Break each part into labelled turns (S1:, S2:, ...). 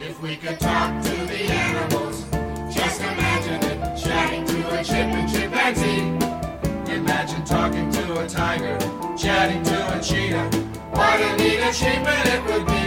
S1: If we could talk to the animals, just imagine it. Chatting to a chip and chimpanzee. Imagine talking to a tiger, chatting to a cheetah. What a neat achievement it would be.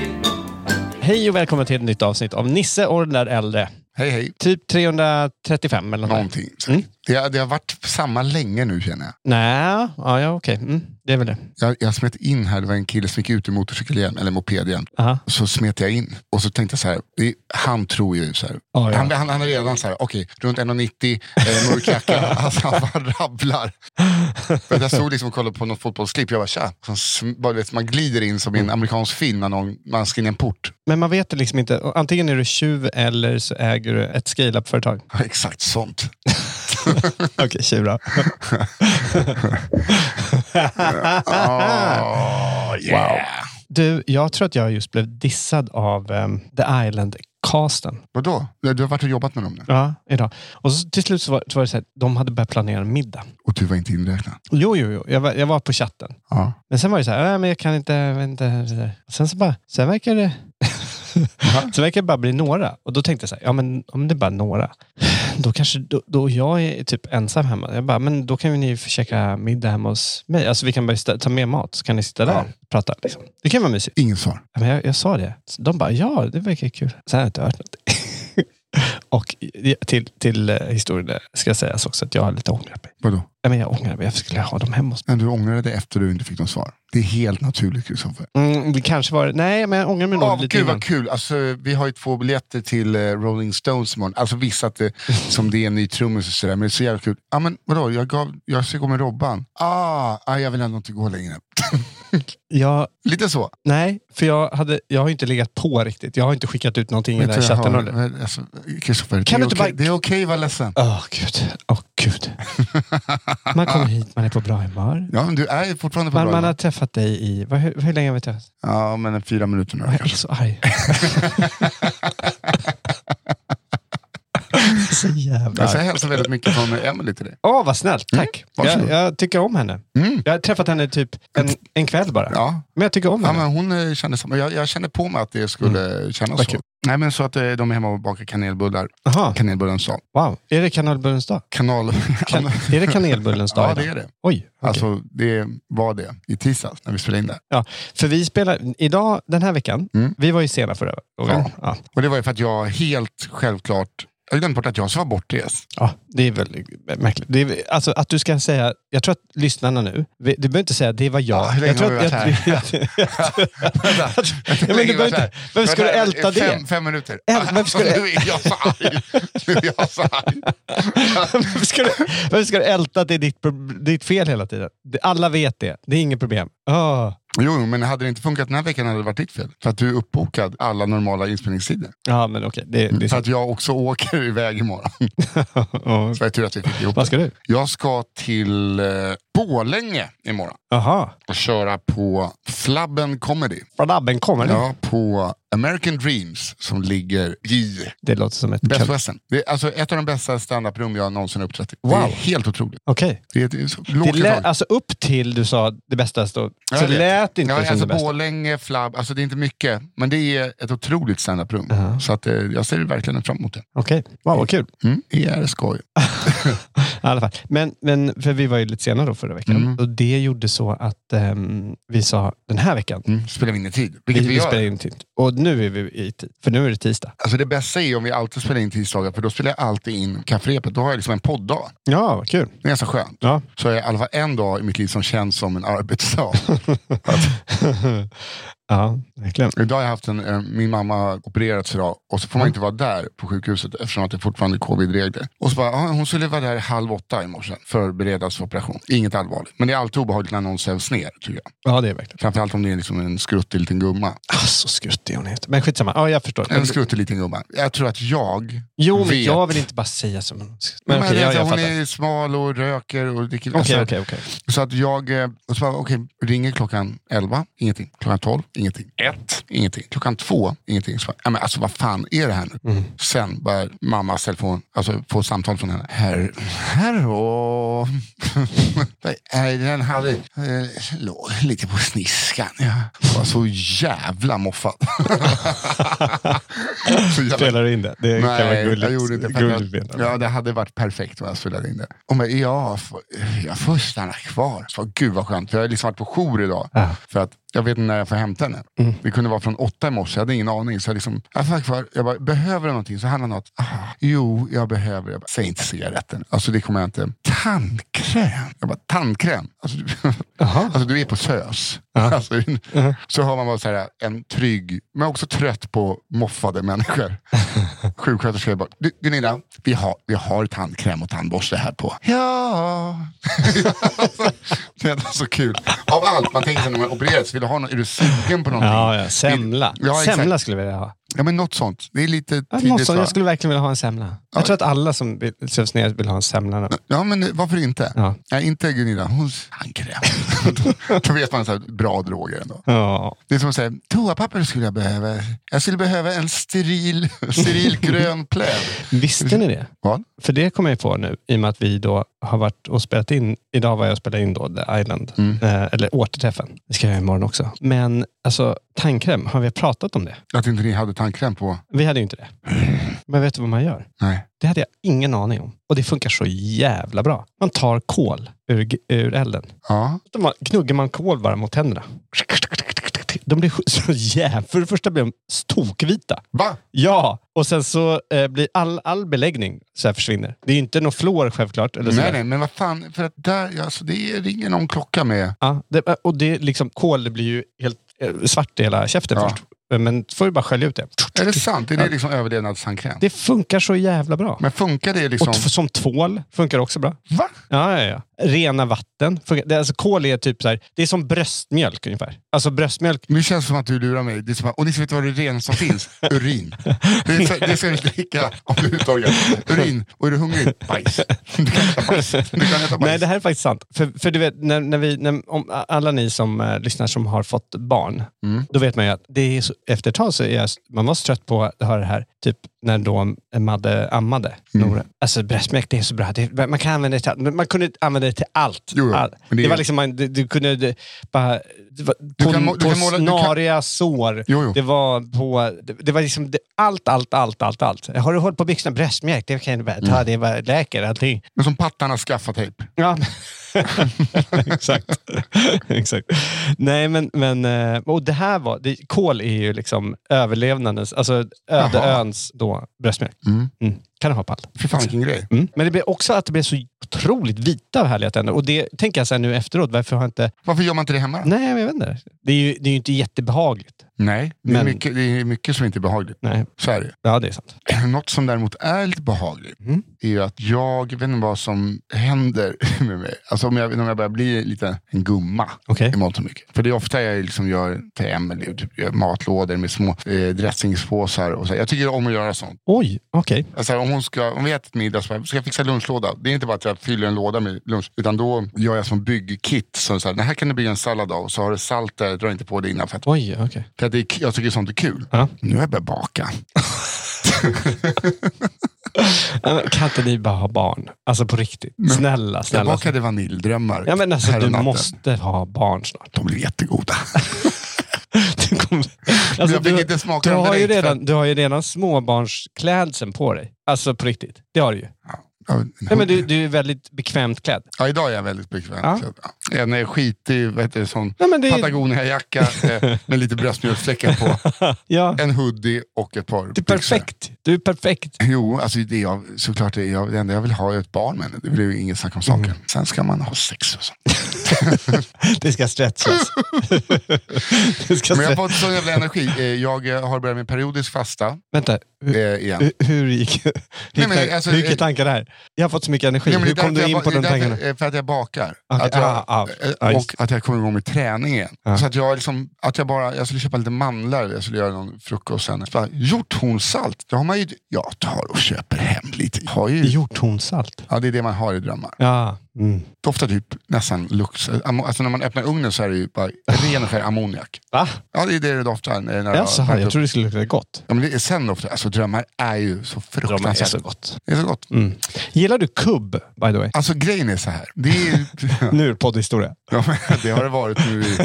S2: Hej och välkommen till ett nytt avsnitt av Nisse Ordnar Äldre.
S3: Hej, hej.
S2: Typ 335 eller något.
S3: Någonting. säkert. Det, har- det har varit samma länge nu känner jag.
S2: Nej, ja, ja okej. Mm, det är väl det.
S3: Jag, jag smet in här, det var en kille som gick ut ur motorcykel igen, eller moped igen.
S2: Aha.
S3: Så smet jag in och så tänkte jag så här, det- han tror ju så här.
S2: Ja, ja.
S3: Han, han, han är redan så här, okej, runt 1,90, eh, mörk jacka, alltså han bara rabblar. Men jag stod liksom och kollade på något fotbollsklipp, jag bara tja. Så sm- bara, du vet, man glider in som i
S2: Mm.
S3: en amerikansk film när någon, man ska in i en port.
S2: Men man vet det liksom inte. Och Antingen är du tjuv eller så äger du ett scale-up-företag.
S3: Exakt sånt.
S2: Okej, tjuv då.
S3: Ah, yeah. Wow.
S2: Du, jag tror att jag just blev dissad av ehm, The Island-casten.
S3: Vadå? Du har varit och jobbat med dem nu?
S2: Ja, idag. Och så, till slut så var, så var det så här, de hade börjat planera en middag.
S3: Och du var inte inräknad?
S2: Jo, jo, jo. Jag var, jag var på chatten.
S3: Ja.
S2: Men sen var det så här, "Äh, men jag kan inte, jag vet inte. så där. Och Sen så bara, sen verkar det... sen verkar det bara bli några. Och då tänkte jag så här, ja men om det är bara några, då kanske, då, då jag är typ ensam hemma. Jag bara, men då kan ju ni få käka middag hemma hos mig. Alltså vi kan bara stä- ta med mat, så kan ni sitta där
S3: Ja.
S2: och prata. Liksom. Det kan vara mysigt.
S3: Ingen svar.
S2: Ja, Men jag, jag sa det. Så De bara, ja, det verkar kul. Sen har jag inte hört något. och i- till, till eh, historien ska sägas också att jag har lite ångrat mig.
S3: Vadå?
S2: Ja, men jag ångrar mig. Jag skulle ha dem hemma hos
S3: Men du ångrade dig efter du inte fick något svar. Det är helt naturligt Kristoffer.
S2: mig. Mm, det kanske var Nej, men jag ångrar mig nog
S3: Ja,
S2: lite
S3: gud
S2: innan.
S3: vad kul. Alltså, vi har ju två biljetter till eh, Rolling Stones imorgon. Alltså visst att det, som det är en ny trummis och sådär, men det är så jävla kul. Ja, men vadå, jag, gav, jag ska gå med Robban. Ah, ah, jag vill ändå inte gå längre.
S2: Jag,
S3: Lite så.
S2: nej, för jag, hade, jag har inte legat på riktigt. Jag har inte skickat ut någonting i den här chatten.
S3: Kristoffer,
S2: eller?
S3: alltså, Christopher, det
S2: Kan du
S3: är
S2: inte
S3: okej
S2: bara-
S3: det är okej att vara ledsen.
S2: Åh, gud. Åh, gud. Man kommer hit, man är på bra humör.
S3: Ja, men du är ju fortfarande på
S2: Man,
S3: bra
S2: man har
S3: humör.
S2: träffat dig i... Vad, hur, hur länge har vi träffats?
S3: Ja, men en fyra minuter nu
S2: Jag är
S3: kanske.
S2: så arg. så jävla
S3: Alltså, jag
S2: arg.
S3: hälsar väldigt mycket från eh, Emily till dig.
S2: Åh, vad snällt. Tack. jag,
S3: varsågod.
S2: jag tycker om henne.
S3: Mm.
S2: Jag har träffat henne typ en, en kväll bara.
S3: Ja,
S2: Men jag tycker om
S3: Ja,
S2: henne.
S3: men hon eh, kände samma. Jag, jag kände på mig att det skulle kännas
S2: Mm. Vad
S3: så.
S2: kul.
S3: Nej, men så att eh, de är hemma och bakar kanelbullar.
S2: Jaha,
S3: Kanelbullens dag.
S2: wow. Är det kanelbullens dag?
S3: Kanal...
S2: Kan, är det kanelbullens dag
S3: Ja,
S2: idag?
S3: det är det.
S2: Oj. okej.
S3: Alltså, det var det i tisdags när vi spelade in det.
S2: Ja, för vi spelar idag, den här veckan,
S3: Mm.
S2: vi var ju sena förra gången. Ja.
S3: Ja.
S2: Ja.
S3: Och det var ju för att jag helt självklart, jag glömde bort att jag var bortrest.
S2: det är väl märkligt. Det är, alltså att du ska säga, jag tror att lyssnarna nu, vi- du behöver inte säga det var jag.
S3: Ja, hur länge
S2: jag tror
S3: har vi
S2: att-
S3: varit
S2: jag- jag- Ja, men du
S3: Länge var
S2: behöver
S3: så här.
S2: inte- Varför ska du
S3: Vänta,
S2: älta det?
S3: Fem, fem minuter.
S2: Äl- varför ska du-
S3: Nu är jag så arg. Nu är jag så arg.
S2: Varför ska du, varför ska du älta att det är ditt, pro- ditt fel hela tiden? Det- Alla vet det. Det är inget problem. Ah.
S3: Jo, men hade det inte funkat den här veckan hade det varit ditt fel. För att du är uppbokad alla normala inspelningstider.
S2: Ja, men okej. Det, det är
S3: För
S2: sant.
S3: att jag också åker iväg imorgon.
S2: Ja.
S3: Så jag är tur att vi fick ihop
S2: Vad ska
S3: det.
S2: du?
S3: Jag ska till eh, Borlänge imorgon
S2: Jaha.
S3: och köra på Flabben Comedy.
S2: Från ABBen kommer det.
S3: Ja, på American Dreams som ligger i
S2: Det låter som ett...
S3: Best
S2: kan-
S3: Westen. Det är alltså ett av de bästa standup-rum jag någonsin har uppträtt i. Det
S2: Wow.
S3: är helt otroligt.
S2: Okej.
S3: Det är ett- det är så
S2: Det
S3: lågt i
S2: lät,
S3: tak.
S2: alltså upp till du sa det bästa stod,
S3: Ja,
S2: så
S3: jag vet.
S2: lät det inte
S3: Ja,
S2: som
S3: alltså
S2: det bästa.
S3: Borlänge, Flabb, alltså det är inte mycket, men det är ett otroligt standup-rum.
S2: Ja.
S3: Så att, eh, jag ser verkligen fram emot det.
S2: Okej, wow, vad kul.
S3: Mm, det är skoj.
S2: I alla fall. Men, men för vi var ju lite sena då förra veckan.
S3: Mm.
S2: Och det gjorde så att ehm, vi sa den här veckan.
S3: Mm. Spelar vi in i tid?
S2: Vi,
S3: Vilket vi,
S2: vi
S3: gör.
S2: spelar in tid. Och nu är vi i tid. För nu är det tisdag.
S3: Alltså det bästa är om vi alltid spelar in tisdagar, för då spelar jag alltid in kafferepet. Då har jag liksom en podddag.
S2: Ja, vad kul.
S3: Det är ganska skönt.
S2: Ja.
S3: Så har jag i alla fall en dag i mitt liv som känns som en arbetsdag.
S2: ja, verkligen.
S3: idag har jag haft en, eh, min mamma har opererats idag och så får man
S2: Mm.
S3: inte vara där på sjukhuset eftersom att det fortfarande är covid-regler. Och så bara, ah, hon skulle vara där halv åtta i morse, förberedas för operation. Inget allvarligt. Men det är alltid obehagligt när någon sävs ner, tycker jag.
S2: Ja, det är verkligen.
S3: Framförallt om det är liksom en skruttig liten gumma.
S2: Ah, så skruttig hon är inte. Men skitsamma. Ja, jag förstår.
S3: En skruttig liten gumma. Jag tror att jag...
S2: Jo, men
S3: vet.
S2: jag vill inte bara säga som hon
S3: Men
S2: Men okej,
S3: jag,
S2: jag, jag
S3: hon
S2: fattar.
S3: är smal och röker och dricker...
S2: Okej,
S3: alltså,
S2: okej, okej.
S3: Så att jag, eh, och så bara, okej, ringer klockan 11, ingenting. Klockan 12, ingenting. 1, ingenting. Klockan 2, ingenting. Så bara, ja, men alltså vad fan är det här nu? Sen börjar mammas telefon, alltså få samtal från henne. Herr, herrå. Nej, Den hade eh, låg lite på sniskan. Jag var så jävla moffad. så jävla
S2: Spelar du in det? Det kan vara
S3: Nej,
S2: gulligt.
S3: jag gjorde inte för att
S2: gulligt
S3: jag,
S2: jag,
S3: Ja, det hade varit perfekt om jag spelade in det. Och men, ja, f- jag får stanna kvar. Så, gud vad skönt, för jag har liksom varit på jour idag.
S2: Ja. Mm.
S3: För att jag vet inte när jag får hämta henne. Det kunde vara från åtta i morse, jag hade ingen aning. Så jag, liksom, jag, får vara kvar. jag bara, behöver du någonting? Så han har något. Ah, jo, jag behöver. Jag bara, Säg inte cigaretten. Alltså det kommer jag inte. Tandkräm. Jag bara, tandkräm? Alltså, du, alltså, du är på SÖS. Alltså, Så har man bara så här, en trygg, men också trött på moffade människor. Sjuksköterskor bara, du, Gunilla, vi har, vi har tandkräm och tandborste här på. Ja. alltså, det var så kul. Av allt, man tänker sig när man opereras, vill du ha något, är du sugen på någonting?
S2: ja, ja. Semla.
S3: Ja, exakt.
S2: semla skulle jag vilja ha.
S3: Ja, men något sånt. Det är lite
S2: Ja, något
S3: tidigt
S2: sånt.
S3: va?
S2: jag skulle verkligen vilja ha en semla. Jag tror att alla som vill- sövs ner vill ha en semla. nu.
S3: Ja, men varför inte?
S2: Ja.
S3: Nej, inte Gunilla. Hon tandkräm. då, då vet man så här, bra droger ändå.
S2: Ja.
S3: Det är som att säga, toapapper skulle jag behöva. Jag skulle behöva en steril, steril grön pläd.
S2: Visste ni det?
S3: Vad?
S2: För det kommer jag på nu, i och med att vi då har varit och spelat in. Idag var jag och spelade in då The Island,
S3: Mm.
S2: eh, eller återträffen. Det ska jag göra imorgon också. Men alltså, tandkräm, har vi pratat om det?
S3: Att inte ni hade tandkräm på?
S2: Vi hade ju inte det. Men vet du vad man gör?
S3: Nej.
S2: Det hade jag ingen aning om. Och det funkar så jävla bra. Man tar kol ur, g- ur elden.
S3: Ja.
S2: Då man, knuggar man kol bara mot tänderna. De blir så jävla... För det första blir de tokvita.
S3: Va?
S2: Ja, och sen så eh, blir all, all beläggning så här försvinner. Det är ju inte någon flår självklart. Eller så
S3: Nej,
S2: här.
S3: nej, men vad fan. För att där, ja, alltså, det är- ringer någon klocka med.
S2: Ja, det, och det är liksom, kol det blir ju helt eh, svart i hela käften
S3: Ja.
S2: först. Men får ju bara skölja ut det.
S3: Är det sant? Är det liksom överlevnadstandkräm?
S2: Det funkar så jävla bra.
S3: Men funkar det liksom?
S2: Och t- som tvål funkar också bra.
S3: Va?
S2: Ja, ja, ja. Rena vatten. Funkar. Det, alltså, kol är typ så här, det är som bröstmjölk ungefär. Alltså bröstmjölk.
S3: Nu känns det som att du lurar mig. Det är som att, och ni som vet vad det renaste som finns? Urin. Det är så, det är så jag dricka om du uttaget. Urin. Och är du hungrig? Bajs. Du kan äta bajs. Du kan äta bajs.
S2: Nej, det här är faktiskt sant. För, för du vet, när, när vi, när, om, alla ni som eh, lyssnar som har fått barn,
S3: Mm.
S2: då vet man ju att det är så, efter ett tag så är jag, man var så trött på att höra det här, typ när då Madde ammade
S3: Mm.
S2: Nora. Alltså bröstmjölk, det är så bra. Det, man kan använda det till allt. Men Man kunde använda det till allt.
S3: Jo, jo.
S2: allt.
S3: Men det
S2: Det,
S3: är-
S2: var liksom, man, du, du kunde det, bara... Det var, på,
S3: kan må- du
S2: på
S3: kan måla- du kan-
S2: snariga sår.
S3: Jo, jo.
S2: Det var på... Det, det var liksom det, allt, allt, allt, allt, allt. Har du hållit på byxorna? Bröstmjölk, det kan du bara
S3: Mm.
S2: ta. Det bara läker allting.
S3: Men som pattarna skaffar tejp.
S2: Ja, exakt. exakt. Nej, men, men eh, och det här var, det, kol är ju liksom överlevnadens, alltså ödeöns då bröstmjölk.
S3: Mm.
S2: Kan du ha på allt.
S3: Fy fan vilken grej.
S2: Mm. Men det blir också att det blir så otroligt vita och härliga tänder. Och det tänker jag så här nu efteråt, varför har jag inte...
S3: Varför gör man inte det hemma? då?
S2: Nej, men jag vet inte. Det är ju, det är ju inte jättebehagligt.
S3: Nej, det är,
S2: Men-
S3: mycket, det är mycket som inte är behagligt.
S2: Nej,
S3: Så är det.
S2: ja det är sant.
S3: Något som däremot är lite behagligt
S2: Mm.
S3: är ju att jag vet inte vad som händer med mig. Alltså om jag, om jag börjar bli lite en gumma
S2: Okej.
S3: i mångt och mycket. För det är ofta jag liksom gör till Emelie, typ, gör matlådor med små eh, dressingspåsar. Och så. här. Jag tycker om att göra sånt.
S2: Oj, okej.
S3: Alltså, om, hon ska, om vi äter middag så bara, ska jag fixa lunchlåda. Det är inte bara att jag fyller en låda med lunch, utan då gör jag som byggkit. Så så här, det här kan det bli en sallad av och så har du salt där, dra inte på det innan. För att,
S2: Oj, okej.
S3: för att det är, jag tycker sånt är kul.
S2: Ja.
S3: Nu har jag börjat baka.
S2: Nej, men Kan inte ni bara ha barn? Alltså på riktigt. Snälla,
S3: Jag
S2: snälla.
S3: bakade vaniljdrömmar
S2: Ja, men alltså, du
S3: häromnatten.
S2: måste ha barn snart.
S3: De blev jättegoda.
S2: Du kommer-
S3: Men jag fick inte smaka
S2: Alltså, du,
S3: dem
S2: har ju
S3: direkt,
S2: redan, du har ju redan småbarnsklädseln på dig. Alltså på riktigt. Det har du ju.
S3: Ja, Ja, en
S2: Nej, men du,
S3: hoodie.
S2: du är väldigt bekvämt klädd.
S3: ja, idag är jag väldigt bekväm.
S2: Ja.
S3: klädd. Ja. En eh, skitig vad heter det, sån
S2: Nej, men det är,
S3: Patagonia-jacka eh, med lite bröstmjölksfläckar på.
S2: ja,
S3: En hoodie och ett par
S2: det är
S3: byxor.
S2: perfekt. Du är perfekt.
S3: Jo, alltså det, är jag, såklart det, är jag, det enda jag vill ha är ett barn med henne. Det blir ju inget snack om
S2: Mm.
S3: saken. Sen ska man ha sex och sånt.
S2: Det ska stretchas. det ska
S3: Men jag har
S2: stre-
S3: fått sån jävla energi. Eh, Jag eh, har börjat med periodisk fasta
S2: Vänta, hur,
S3: eh, igen.
S2: hur, hur gick, hur gick,
S3: Nej, men
S2: tan-
S3: alltså,
S2: hur gick
S3: eh,
S2: tankar där? Jag har fått så mycket energi.
S3: Nej, men det
S2: hur
S3: är
S2: kom
S3: därför
S2: du in
S3: jag ba-
S2: på
S3: det är
S2: de tankarna?
S3: därför, eh, För att jag bakar.
S2: Okej,
S3: att jag,
S2: ah, ah,
S3: eh,
S2: ah, just
S3: och att jag kommer igång med träning igen.
S2: Ah.
S3: Så att jag, liksom, att jag, bara, jag skulle köpa lite mandlar, jag skulle göra någon frukost sen. Så bara, Hjorthornssalt, det har man ju. Jag tar och köper hem lite. Jag Har ju,
S2: Hjorthornssalt.
S3: ja, det är det man har i drömmar.
S2: Ja. Mm.
S3: Ofta typ nästan lux. ammo- Alltså när man öppnar ugnen så är det ju bara ren och skär ammoniak.
S2: Va?
S3: Ja, det är det det doftar. eh, När
S2: Jaså,
S3: har-
S2: jag trodde det skulle lukta gott.
S3: ja, alltså- men det är sen doftar Alltså drömmar är ju så fruktansvärt.
S2: gott.
S3: det är så gott.
S2: Mm. Gillar du kubb, by the way?
S3: Alltså grejen är så här. Det är ju...
S2: Nu är det poddhistoria.
S3: Ja, men det har det varit nu i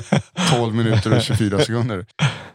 S3: 12 minuter och 24 sekunder.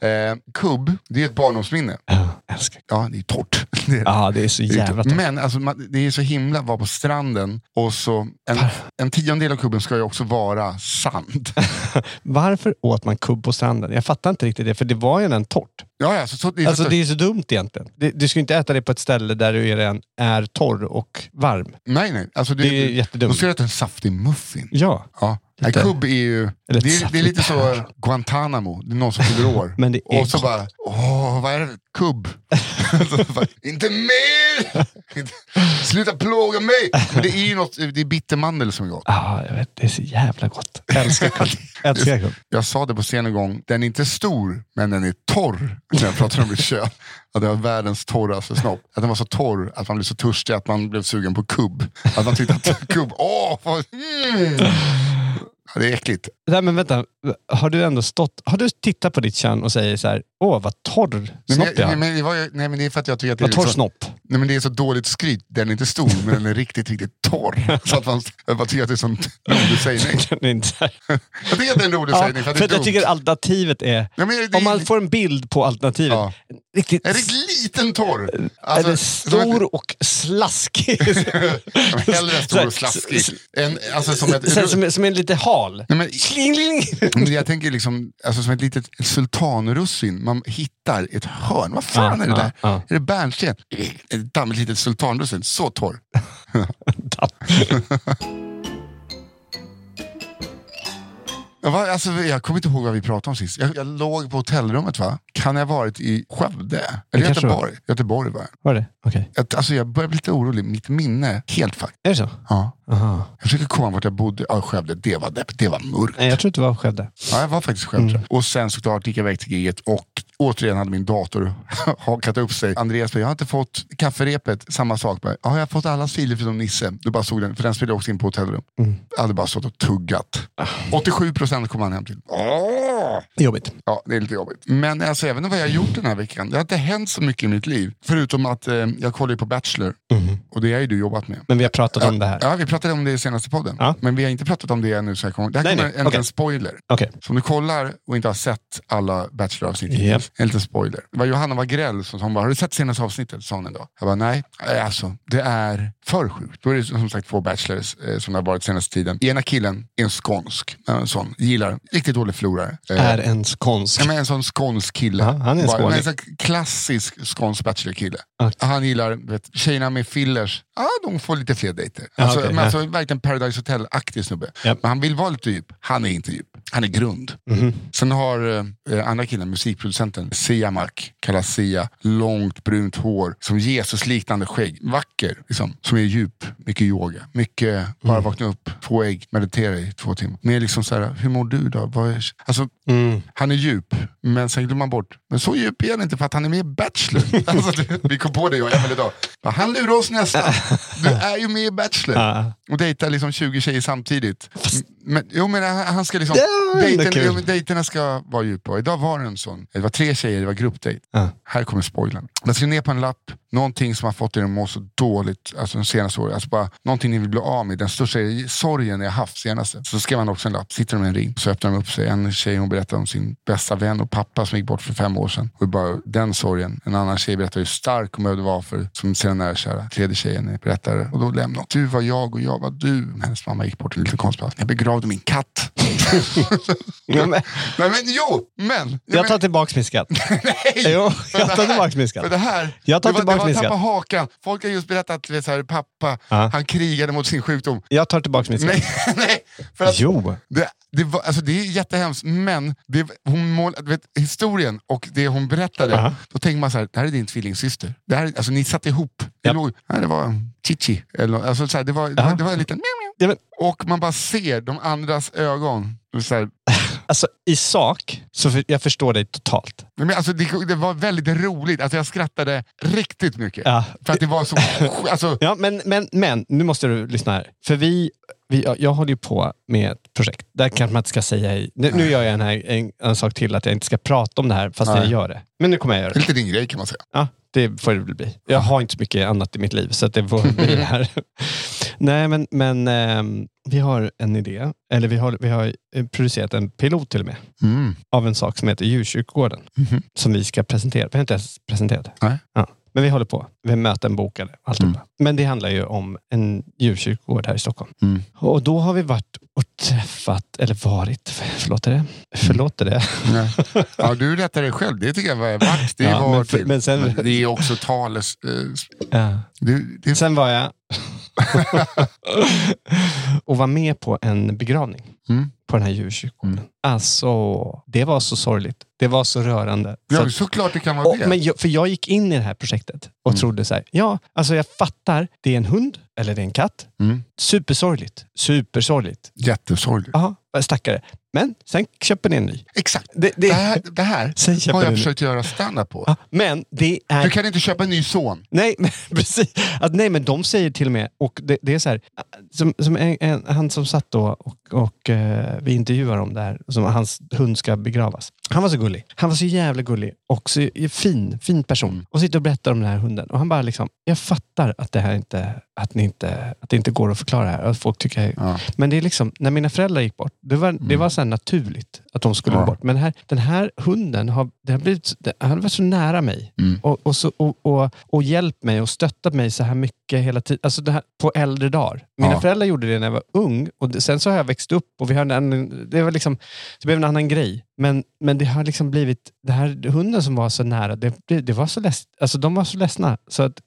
S3: Eh, kubb, det är ett barndomsminne.
S2: Ja, Oh, älskar.
S3: Ja, det är torrt. Det är,
S2: Ja, det är så
S3: det är
S2: jävla
S3: torrt.
S2: torrt.
S3: Men alltså, man, det är så himla att vara på stranden och så en, en tiondel av kubben ska ju också vara sand.
S2: Varför åt man kubb på stranden? Jag fattar inte riktigt det, för det var ju en torrt.
S3: Ja, ja, så, så, det är
S2: Alltså
S3: så,
S2: det är så dumt egentligen. Du, du ska inte äta det på ett ställe där du redan är torr och varm.
S3: nej, nej. Alltså, det,
S2: Det är
S3: då
S2: jättedumt.
S3: ska jag äta en saftig muffin.
S2: Ja,
S3: Ja. Nej,
S2: Lite-
S3: kubb är ju...
S2: Eller ett
S3: Det är, det är lite så
S2: saftigt-
S3: Guantanamo, det är någon som fyller år.
S2: men det är
S3: Och så
S2: gott.
S3: bara, åh, vad är det? Kubb. Så bara, inte mer! Inte- Sluta plåga mig! Men det är ju något, det är bittermandel som är gott.
S2: Ja, Ah, jag vet. Det är så jävla gott. Jag älskar kubb. Jag älskar kubb.
S3: Jag sa det på scen en gång, den är inte stor, men den är torr. När jag pratade om mitt kön. Att jag har världens torraste snopp. Att den var så torr att man blev så törstig att man blev sugen på kubb. Att man tyckte att kubb, åh, vad, mm. ja, Det är äckligt.
S2: Nej, men vänta. Har du ändå stått... Har du tittat på ditt kön och säger så här, åh vad torr
S3: Nej,
S2: snopp
S3: men,
S2: jag
S3: jag,
S2: har.
S3: men, det var ju- nej, men det är för att jag tycker att det är
S2: Vad torr
S3: liksom-
S2: snopp.
S3: Nej, men det är så dåligt skryt. Den är inte stor, men den är riktigt, riktigt torr. Så att man, jag bara tycker att det är som rolig sägning.
S2: Det är inte så här.
S3: Jag tycker att det är en rolig
S2: Ja,
S3: sägning, för att
S2: för
S3: det är
S2: att jag
S3: dumt.
S2: tycker alternativet är...
S3: Nej, men det,
S2: Om man
S3: är-
S2: får en bild på alternativet.
S3: Ja.
S2: Riktigt,
S3: En riktigt liten torr.
S2: är
S3: Alltså,
S2: det
S3: som ett-
S2: stor och slaskig?
S3: men Hellre stor och slaskig. En, alltså, som ett,
S2: Sen, som, som är lite hal.
S3: nej, men,
S2: Kling, kling.
S3: men jag tänker liksom, alltså, som ett litet sultanrussin. Man hittar ett hörn. Vad fan
S2: Ja,
S3: är det
S2: ja,
S3: där?
S2: ja.
S3: Är det bärnsten? Ett dammigt litet sultanrussin. Så torr. Jag, var, alltså, jag kommer inte ihåg vad vi pratade om sist. Jag, jag låg på hotellrummet va? Kan jag ha varit i Skövde? Eller
S2: kanske det var.
S3: Göteborg? Göteborg var jag.
S2: Var det? Okej.
S3: Att, alltså, jag börjar bli lite orolig. Mitt minne, helt fuck.
S2: Är det så?
S3: Ja.
S2: Aha.
S3: Jag försöker komma vart jag bodde. Ja, Skövde, det var, depp- det var mörkt.
S2: Nej, jag tror inte det var Skövde.
S3: Ja, jag var faktiskt i Skövde. Och sen såklart gick jag iväg till giget och återigen hade min dator hakat upp sig. Andreas bara, jag har inte fått kafferepet. Samma sak. Bara, ja, jag har fått alla filer förutom Nisse. Du bara såg den, för den spelade också in på hotellrum. Jag hade bara stått och tuggat. 87% kom han hem till. Åh!
S2: Jobbigt.
S3: Ja, det är lite jobbigt. Men alltså, jag vet inte vad jag har gjort den här veckan. Det har inte hänt så mycket i mitt liv. Förutom att eh, jag kollar ju på Bachelor.
S2: Mhm.
S3: Och det har ju du jobbat med.
S2: Men vi har pratat om det här.
S3: Ja, vi pratade om det i senaste podden.
S2: Ja.
S3: Men vi har inte pratat om det ännu. Så här kommer, det här
S2: Nej,
S3: kommer
S2: nej.
S3: en
S2: Okej.
S3: liten spoiler.
S2: Okej.
S3: Så om du kollar och inte har sett alla Bachelor-avsnitt
S2: Japp.
S3: hittills, en liten spoiler. Det var Johanna Wagrell som, som bara, har du sett senaste avsnittet? Sa hon en dag. Jag bara, nej. Eh, Alltså, det är för sjukt. Då är det som sagt två Bachelors eh, som det har varit senaste tiden. Ena killen är en skånsk, en sån, gillar, riktigt dålig förlorare. Eh,
S2: Är ens konst.
S3: Ja, men en sån skånsk kille.
S2: Ja, han är en
S3: Bara-
S2: skåning.
S3: men En sån klassisk skånsk bachelor-kille.
S2: Okej.
S3: Han gillar du vet, tjejerna med fillers. Ja, de får lite fler dejter.
S2: Ja,
S3: alltså,
S2: okej,
S3: men
S2: ja.
S3: alltså, verkligen Paradise Hotel-aktig snubbe.
S2: Ja.
S3: Men han vill vara lite djup. Han är inte djup. Han är grund.
S2: Mhm.
S3: Sen har eh, andra killen, musikproducenten, Siamak, kallas Sia. Långt brunt hår, som Jesus-liknande skägg. Vacker, liksom, som är djup. Mycket yoga. Mycket bara
S2: Mm.
S3: vakna upp, få ägg, meditera i två timmar. Mer liksom så här, hur mår du då? Vad är... Alltså,
S2: Mm.
S3: han är djup, men sen glömmer man bort. Men så djup är han inte för att han är med i Bachelor. alltså, det- vi kom på det jag och Emil idag. Bara, Han lurar oss nästan. Du är ju med i Bachelor.
S2: Ja.
S3: Och dejtar liksom 20 tjejer samtidigt. Men, jo men han han ska liksom,
S2: Det var ändå
S3: dejten,
S2: kul.
S3: jo, men dejterna ska vara djupa. Och idag var det en sån. Det var tre tjejer, det var gruppdejt.
S2: Ja.
S3: Här kommer spoilern. Den skriver ner på en lapp någonting som har fått er att må så dåligt alltså de senaste åren. Alltså bara, någonting ni vill bli av med. Den största sorgen ni har haft senaste. Så skrev han också en lapp. Sitter de med en ring. Så öppnar de upp sig. En tjej hon berättar om sin bästa vän och pappa som gick bort för fem år sedan. Och bara den sorgen. En annan tjej berättar hur stark hon behövde vara för som sen är kära. Tredje tjejen berättar. Och då lämnar hon. Du var jag och jag var du. Hennes mamma gick bort i en liten konstpaus. Jag begravde min katt.
S2: Men, men,
S3: Nej men jo, men.
S2: jag tar tillbaka min skatt.
S3: Nej!
S2: Jo,
S3: Men
S2: jag tar
S3: det här-
S2: tillbaka min
S3: För det
S2: skatt.
S3: här,
S2: Jag tar
S3: det var,
S2: tillbaka
S3: det
S2: min
S3: var tappa
S2: skatt.
S3: hakan. Folk har just berättat att du vet, så här, pappa,
S2: Ja.
S3: han krigade mot sin sjukdom.
S2: Jag tar tillbaka min skatt.
S3: Nej, nej. För att
S2: Jo.
S3: det, det, var, alltså det är jättehemskt, men det, hon mål, du vet, historien och det hon berättade,
S2: Aha.
S3: då tänker man så här, det här är din tvillingsyster. Det här, alltså, ni satt ihop. Det,
S2: Ja.
S3: låg, nej, det var Chichi. Eller, nå- alltså, så här, det, var, det, var,
S2: Aha.
S3: det var en liten miau,
S2: Ja, men,
S3: miau. Och man bara ser de andras ögon. Och Så här,
S2: alltså, I sak, så för, jag förstår dig totalt.
S3: Nej, men alltså, det, det var väldigt roligt. Alltså, jag skrattade riktigt mycket.
S2: Ja.
S3: För att det var så... Alltså,
S2: Ja, men, men, men nu måste du lyssna här. För vi, vi, jag- jag håller ju på med ett projekt. Där kanske man inte ska säga i. Nu, nu gör jag en, här, en, en sak till, att jag inte ska prata om det här, fast jag
S3: Nej.
S2: gör det. Men nu kommer jag göra
S3: Det är
S2: det.
S3: lite din grej kan man säga.
S2: Ja, det får det väl bli. Jag har inte så mycket annat i mitt liv, så att det får bli det här. Nej, men, men ehm, vi har en idé. Eller vi har, vi har eh, producerat en pilot till och med.
S3: Mm.
S2: av en sak som heter Djurkyrkogården.
S3: Mhm.
S2: Som vi ska presentera. Vi har inte ens presenterat det.
S3: Nej.
S2: Ja. Men vi håller på. Vi har möten bokade. Alltihopa. Men det handlar ju om en djurkyrkogård här i Stockholm.
S3: Mm.
S2: Och då har vi varit och träffat, eller varit, förlåt
S3: Mm.
S2: är det? Förlåt är det?
S3: Nej. Ja, du rättar dig själv. Det tycker jag var vackert. Det
S2: Ja,
S3: var
S2: men-
S3: till.
S2: men sen-
S3: det är också tales... eh,
S2: Ja.
S3: Du, det,
S2: Sen var jag och var med på en begravning
S3: Mm.
S2: på den här djurkyrkogården. Alltså, det var så sorgligt. Det var så rörande. Så
S3: ja,
S2: att-
S3: såklart det kan vara
S2: Och,
S3: det.
S2: men jag, för jag gick in i det här projektet och
S3: Mm.
S2: trodde så här, ja, alltså jag fattar, det är en hund eller det är en katt.
S3: Mm.
S2: Supersorgligt, supersorgligt.
S3: Jättesorgligt.
S2: Ja, stackare. Men sen köper ni en ny.
S3: Exakt.
S2: Det,
S3: Det
S2: det,
S3: här, det här
S2: sen
S3: har
S2: köper ni
S3: jag
S2: en ny.
S3: försökt göra standard på.
S2: Ja, men det är...
S3: Du kan inte köpa en ny son.
S2: Nej, men, precis. Att, nej, men de säger till och med, och det, det är så här, som, som en, en, han som satt då och, och eh, vi intervjuar om det här, som hans hund ska begravas. Han var så gullig. Han var så jävla gullig och så fin, fin person.
S3: Mm.
S2: Och sitter och berättar om den här hunden. Och han bara liksom, jag fattar att det här inte, att ni inte, att det inte går att förklara här. Att folk tycker jag är
S3: Ja. Mm.
S2: men det är liksom, när mina föräldrar gick bort, det var, det var så här naturligt att de skulle
S3: Ja.
S2: gå bort. Men här, den här hunden har, den har blivit, den, han har varit så nära mig.
S3: Mm.
S2: Och, och, så, och, och, och hjälpt mig och stöttat mig så här mycket hela tiden. Alltså det här, på äldre dagar. Mina
S3: Ja.
S2: föräldrar gjorde det när jag var ung. Och det, sen så har jag växt upp och vi har en, annan- det var liksom, det blev en annan grej. Men, men det har liksom blivit, det här hunden som var så nära, det, det, det var så leds, alltså de var så ledsna. Så, att,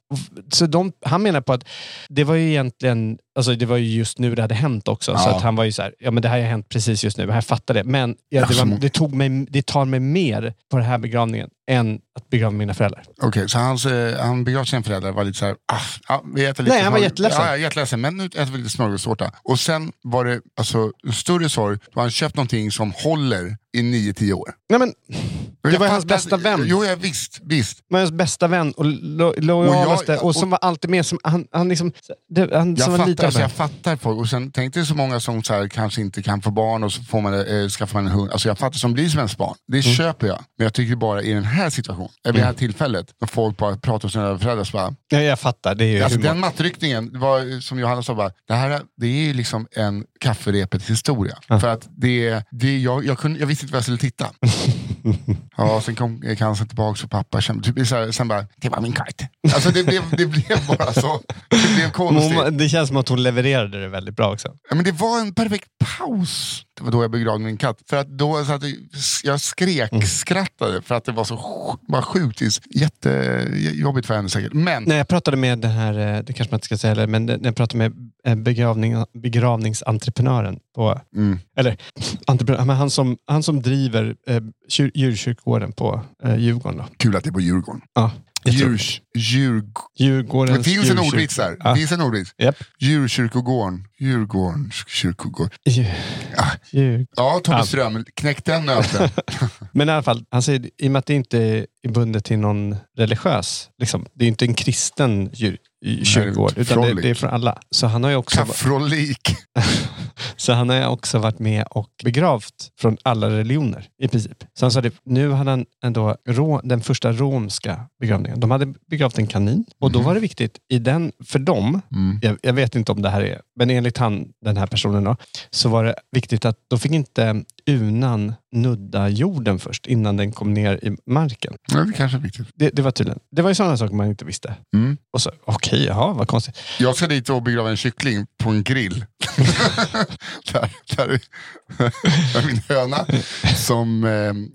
S2: så de, han menar på att det var ju egentligen, alltså det var ju just nu det hade hänt också. Så
S3: Ja.
S2: att han var ju så här, ja men det här har hänt precis just nu, här fattar det. Men ja, det,
S3: Alltså,
S2: var, det, tog mig, det tar mig mer på den här begravningen än att begrava mina föräldrar.
S3: Okej, så hans, eh, han begrav sina föräldrar var lite så här, ah, ja, vi äter lite
S2: Nej, han var
S3: smörgås-
S2: jätteledsen.
S3: Ja, ja, jätteledsen, men nu äter vi lite smörgåstårta. Och sen var det alltså, en större sorg, då har han köpt någonting som håller i 9-10 år.
S2: Nej men, det
S3: Jag
S2: var hans
S3: fattar-
S2: bästa vän.
S3: Jo, jag visst, visst.
S2: Men hans bästa vän och lo, lojalaste. Och,
S3: och-
S2: som var alltid med. Som, han, han liksom, det, han,
S3: Jag
S2: som var
S3: fattar,
S2: lite av
S3: alltså,
S2: en.
S3: jag fattar folk. Och sen tänkte det så många som så här, kanske inte kan få barn och så får man, eh, skaffar man en hund. Alltså, jag fattar som blir svensk barn. Det
S2: Mm.
S3: köper jag. Men jag tycker bara i den här situationen, eller vid det här tillfället, när folk bara pratar om sina föräldrar. Så bara,
S2: Ja, jag fattar, det är ju
S3: alltså,
S2: humor.
S3: den mattryckningen, det var, eh, som Johanna sa, bara, det här det är ju liksom en kafferepet historia. För att det, det, jag, jag, kunde, jag visste inte vad jag skulle titta. Ja, sen kom eh, cancern tillbaka och pappa kände, typ, så här, sen bara, det var min katt. Alltså det blev, det blev bara så. Det blev
S2: Men
S3: konstigt.
S2: hon, det känns som att hon levererade det väldigt bra också.
S3: Ja, men det var en perfekt paus. Det var då jag begravde min katt. För att då så att jag skrek, skrattade för att det var så sj- bara sjukt. Jättejobbigt för henne säkert. Men
S2: När jag pratade med den här, eh, det kanske man inte ska säga heller, men när jag pratade med eh, begravning, begravningsentreprenören på
S3: Mm.
S2: Eller entreprenör, men han som, han som driver eh, kyr- djurkyrkogården på eh, Djurgården. Då.
S3: kul att det är på Djurgården.
S2: Ja, jag tror-
S3: Djurs, djur,
S2: Djurgårdens
S3: det finns en
S2: djurkyrk-
S3: ordvits där. Det
S2: Ja.
S3: finns en ordvits.
S2: Japp.
S3: Djurkyrkogården. Djurgården. Kyrkogården.
S2: Djur-
S3: Ah.
S2: djur-
S3: Ja, Tommy
S2: Ja.
S3: Ström. Knäck den nöten.
S2: Men i alla fall, han säger, i och med att det inte är bundet till någon religiös, liksom, det är ju inte en kristen djur, kyrkogård, utan det,
S3: frolic.
S2: det är för alla. Så han har ju också...
S3: Kaffrolik.
S2: Så han har också varit med och begravt från alla religioner i princip. Så han sa det, nu hade han ändå rå, den första romska begravningen. De hade begravt en kanin och
S3: Mhm.
S2: då var det viktigt i den, för dem,
S3: Mm.
S2: jag, jag vet inte om det här är, men enligt han, den här personen då, så var det viktigt att de fick inte urnan nudda jorden först innan den kom ner i marken.
S3: Ja, det kanske är viktigt.
S2: Det, det var tydligen, det var ju sådana saker man inte visste.
S3: Mm.
S2: Och så, okej, jaha, vad konstigt.
S3: Jag ska dit och begrava en kyckling på en grill. där, där, är, där är min höna. Som, eh,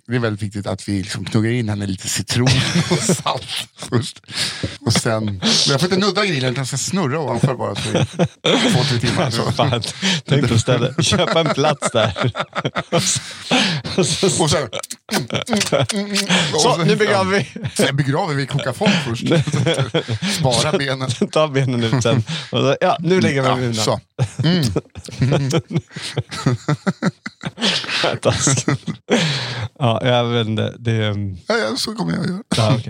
S3: det är väldigt viktigt att vi liksom knuggar in henne lite citron och salt först. Och sen, men jag får inte nudda grillen utan jag ska snurra ovanför bara så i två, tre timmar. Så.
S2: Alltså, Fan, tänk på stället. Köpa en plats där. Och så-
S3: Och sen, och
S2: så,
S3: sen-
S2: nu begraver vi.
S3: Sen begraver vi, kokar folk först. eh, Spara benen.
S2: Ta benen ut sen. Och så, ja, nu lägger vi
S3: Ja,
S2: munnen.
S3: så.
S2: Ja, jag vet inte. Det, är, um,
S3: Ja, ja, så kommer jag att göra.
S2: ja, okej.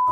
S4: a-"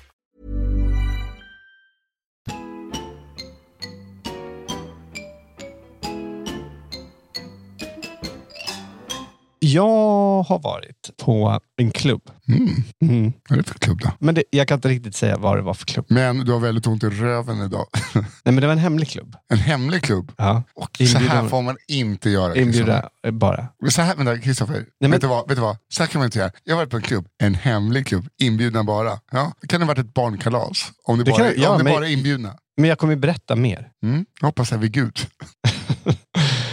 S2: Jag har varit på en klubb.
S3: Mm.
S2: Mm.
S3: Vad är det för klubb då?
S2: Men det, jag kan inte riktigt säga vad det var för klubb.
S3: Men du har väldigt ont i röven idag.
S2: Nej, men det var en hemlig klubb.
S3: En hemlig klubb.
S2: Ja.
S3: Och så
S2: Inbjudan-
S3: här får man inte göra. Christopher.
S2: Inbjuda eh, bara.
S3: Men Så här, vänta, Kristoffer.
S2: men-
S3: Vet, du vad- vet du vad? Så här kan man inte göra. Jag har varit på en klubb. En hemlig klubb. Inbjudna bara. Ja, det kan ha varit ett barnkalas. Om det,
S2: Det
S3: bara,
S2: kan-
S3: är-
S2: ja,
S3: om det
S2: men-
S3: bara är inbjudna.
S2: Men jag kommer berätta mer.
S3: Mm. Jag hoppas jag vid Gud.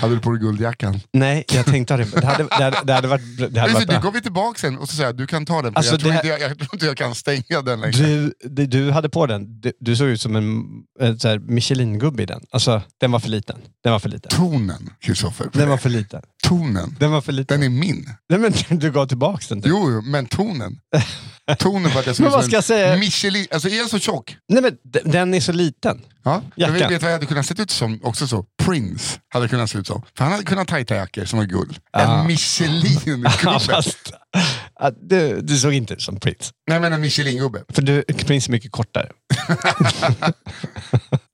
S3: Hade du på dig guldjackan?
S2: Nej, jag tänkte att det, det, hade, det, hade, det hade varit, det hade
S3: Alltså,
S2: varit
S3: nu
S2: bra.
S3: går vi tillbaka sen och så säger jag, du kan ta den. För
S2: Alltså,
S3: jag, tror
S2: det-
S3: inte jag, jag tror inte jag kan stänga den längre.
S2: Du, det- du hade på den, du, du såg ut som en eh, så här Michelin-gubbe i den. Alltså, den var för liten. Den var för liten.
S3: Tonen, Kristoffer.
S2: Den var för liten.
S3: Tonen.
S2: Den var för liten.
S3: Den är min.
S2: Nej, men du gav tillbaka den. typ.
S3: Jo, jo, men tonen. Tonen för att jag ser
S2: Men
S3: ut
S2: vad
S3: som
S2: ska
S3: en
S2: jag säga?
S3: Michelin, alltså är jag så tjock?
S2: Nej, men d- den är så liten.
S3: Ja. Jag vet,
S2: Jackan.
S3: vet vad jag hade kunnat se ut som också så? Prince hade kunnat se ut som. För han hade kunnat ha tajta jackor som var guld.
S2: Ah.
S3: En
S2: Ja,
S3: Michelin-gubbe.
S2: fast att du, du såg inte ut som Prince.
S3: Nej men en Michelin-gubbe.
S2: För du, Prince är mycket kortare.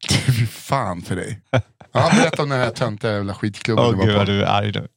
S3: Fy fan för dig. Ja, berätta om den här töntiga jävla skitklubben
S2: Åh
S3: du
S2: gud
S3: var
S2: vad
S3: på.
S2: du är arg nu.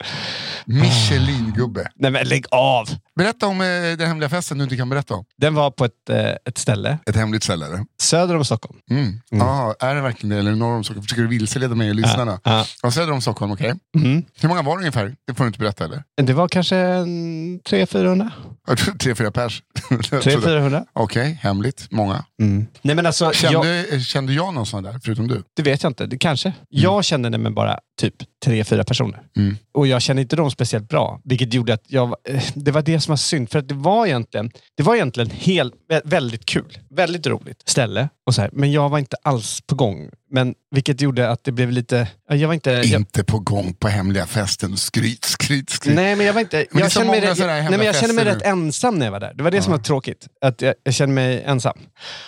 S3: Michelin-gubbe.
S2: Nej men lägg av!
S3: Berätta om eh, den hemliga festen du inte kan berätta om.
S2: Den var på ett, eh, ett ställe
S3: Ett hemligt ställe eller?
S2: söder om Stockholm.
S3: Mm. Ah, är det verkligen det eller norr om Stockholm? Försöker du vilseleda mig och lyssnarna?
S2: ja.
S3: Ja, söder om Stockholm, okej.
S2: Mm.
S3: Hur många var det ungefär? Det får du inte berätta eller?
S2: Det var kanske en 300-400.
S3: Ja, Tre, fyra pers.
S2: 300-400.
S3: Okej, hemligt. Många.
S2: Mm. Nej men alltså, jag,
S3: Kände, kände jag någon sån där, förutom du?
S2: det vet jag inte. Det, kanske. Jag kände nämligen bara typ tre fyra personer.
S3: Mm.
S2: Och jag kände inte dem speciellt bra. Vilket gjorde att jag... var- eh, Det var det som var synd. För att det var egentligen, det var egentligen helt, vä- väldigt kul. Väldigt roligt ställe. Och så här. Men jag var inte alls på gång. Men, vilket gjorde att det blev lite... ja, Jag var inte... Jag,
S3: Inte på gång på hemliga festen. Skryt, skryt, skryt.
S2: nej, men jag var inte...
S3: det är
S2: Jag
S3: så
S2: kände mig,
S3: många
S2: rätt,
S3: sådana här
S2: jag, nej, men jag kände mig
S3: hemmafester
S2: rätt ensam när jag var där. Det var det som var tråkigt. Att jag, jag kände mig ensam.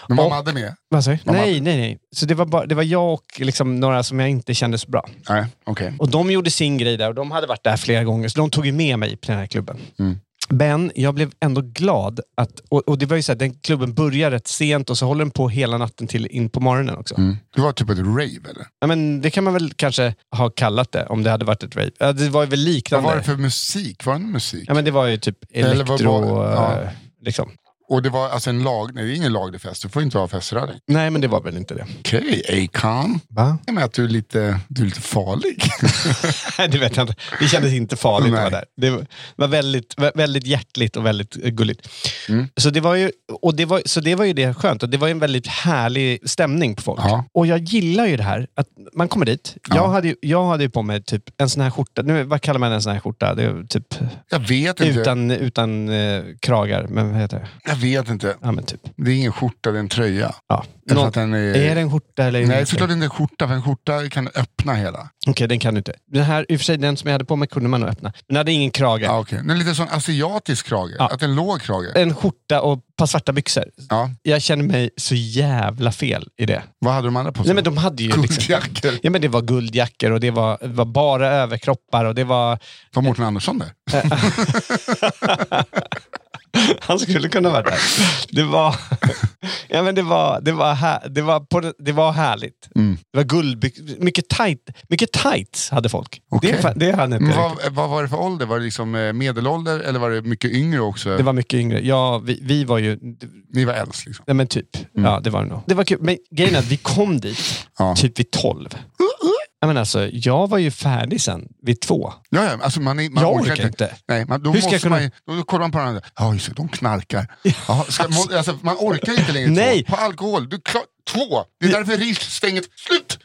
S3: Men
S2: Och-
S3: mamma hade med?
S2: Vad sa du?
S3: Mamma-
S2: Nej, nej, nej. Så det var, bara, det var jag och liksom några som jag inte kände så bra.
S3: Nej, okej.
S2: Och de gjorde sin grej där och de hade varit där flera gånger, så de tog ju med mig till den här klubben.
S3: Mm.
S2: Men jag blev ändå glad att... Och, och det var ju så här, den klubben börjar rätt sent och så håller den på hela natten till in på morgonen också.
S3: Mm. Det var typ ett rave eller?
S2: Ja, men det kan man väl kanske ha kallat det om det hade varit ett rape. Ja, det var ju väl
S3: Vad
S2: liknande.
S3: var det för musik? Var det någon musik?
S2: Ja, men det var ju typ
S3: Eller vad
S2: elektro...
S3: var- ja.
S2: eh, liksom.
S3: Och det var alltså en lag... Nej, det är ingen laglig fest. Du får inte ha feströring.
S2: Nej, men det var väl inte det.
S3: Okej, Acon.
S2: Va?
S3: Jag menar att du är lite, du är lite farlig.
S2: Nej, det vet jag inte. Det kändes inte farligt att vara
S3: Nej.
S2: där. Det var- var väldigt, vä- väldigt hjärtligt och väldigt eh, gulligt.
S3: Mm.
S2: Så, det var ju, och det var, så det var ju det skönt. Och det var ju en väldigt härlig stämning på folk.
S3: Ja.
S2: Och jag gillar ju det här, att man kommer dit. Jag, hade ju, jag hade ju på mig typ en sån här skjorta. Nu, vad kallar man en sån här skjorta? Det är typ,
S3: Jag vet inte.
S2: utan utan eh, kragar, men vad heter det?
S3: Jag vet inte.
S2: Ja, men typ.
S3: Det är ingen skjorta, det är en tröja.
S2: Ja.
S3: Jag tror
S2: Nå-
S3: att den är-
S2: Är det en skjorta eller
S3: Nej,
S2: inte?
S3: såklart inte en skjorta, för en skjorta kan öppna hela.
S2: Okej, den kan du inte. Den här, i och för sig, den som jag hade på mig kunde man nog öppna. Men den hade ingen krage.
S3: Ja, okay. Den är lite sån asiatisk krage,
S2: Ja. Eh.
S3: att en låg krage.
S2: En skjorta och ett par svarta byxor.
S3: Ja.
S2: Jag känner mig så jävla fel i det.
S3: Vad hade de andra på sig?
S2: Nej, men de hade ju liksom,
S3: Guldjackor.
S2: ja, men Det var guldjackor och det var, det var bara överkroppar och det var...
S3: Var Mårten Andersson där?
S2: Eh. Han skulle kunna vara där. Det var, ja, men det var, det var, här, det var, på, det var härligt.
S3: Mm.
S2: Det var guldbyxor. Mycket, tight, mycket tights hade folk.
S3: Okej.
S2: Det, är fa- det hade inte
S3: Men
S2: jag
S3: vad, vad var det för ålder? Var det liksom eh, medelålder eller var det mycket yngre också?
S2: Det var mycket yngre. Ja, vi, vi var ju...
S3: Ni var äldst liksom.
S2: Nej men typ. Ja, det var det nog. Det var kul. Men grejen är att vi kom dit
S3: Ja.
S2: typ vid tolv. Ja, men alltså, jag var ju färdig sen vid två.
S3: Ja, ja, alltså man, är- man
S2: Jag orkar inte.
S3: Nej, man, då,
S2: Hur ska jag
S3: måste
S2: kunna-
S3: man, ju- då, då kollar man på varandra. Ja, just det, de knarkar. Ja, ska, må- alltså, man orkar inte längre.
S2: Nej.
S3: Två. På alkohol, du klar, två. Det är därför risstänget slut.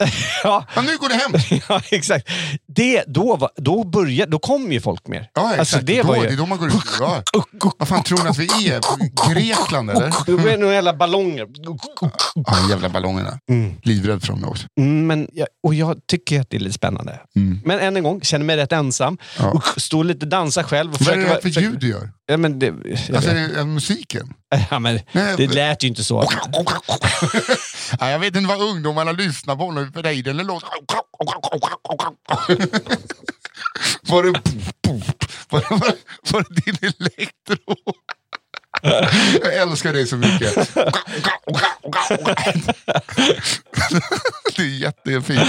S2: Ja,
S3: Ja, nu går det hem.
S2: ja exakt. Det, då, var, då, började, då kom ju folk mer.
S3: Ja, exakt.
S2: Alltså, det
S3: då,
S2: var ju...
S3: det är då man går ut. Ja. Vad fan tror ni att vi är? Grekland eller?
S2: Det var några jävla ballonger.
S3: Ja, de jävla ballongerna. Livrädd för dem också.
S2: Mm, Men jag, och jag tycker att det är lite spännande. Men än en gång, känner mig rätt ensam.
S3: Mm. Ja.
S2: Och står lite och dansar själv. Och
S3: Vad är det
S2: försöker
S3: där
S2: vara-
S3: för
S2: försöker-
S3: ljud du gör?
S2: Ja, men det, jag
S3: Alltså
S2: vet.
S3: är det, eh, musiken?
S2: ja, men,
S3: Nej,
S2: det
S3: för-
S2: lät ju inte så.
S3: ja, jag vet inte vad ungdomarna lyssnar på nu för dig. Den låt... Var det... Var det, var, var det din elektro? Jag älskar dig så mycket. Det är jättefint.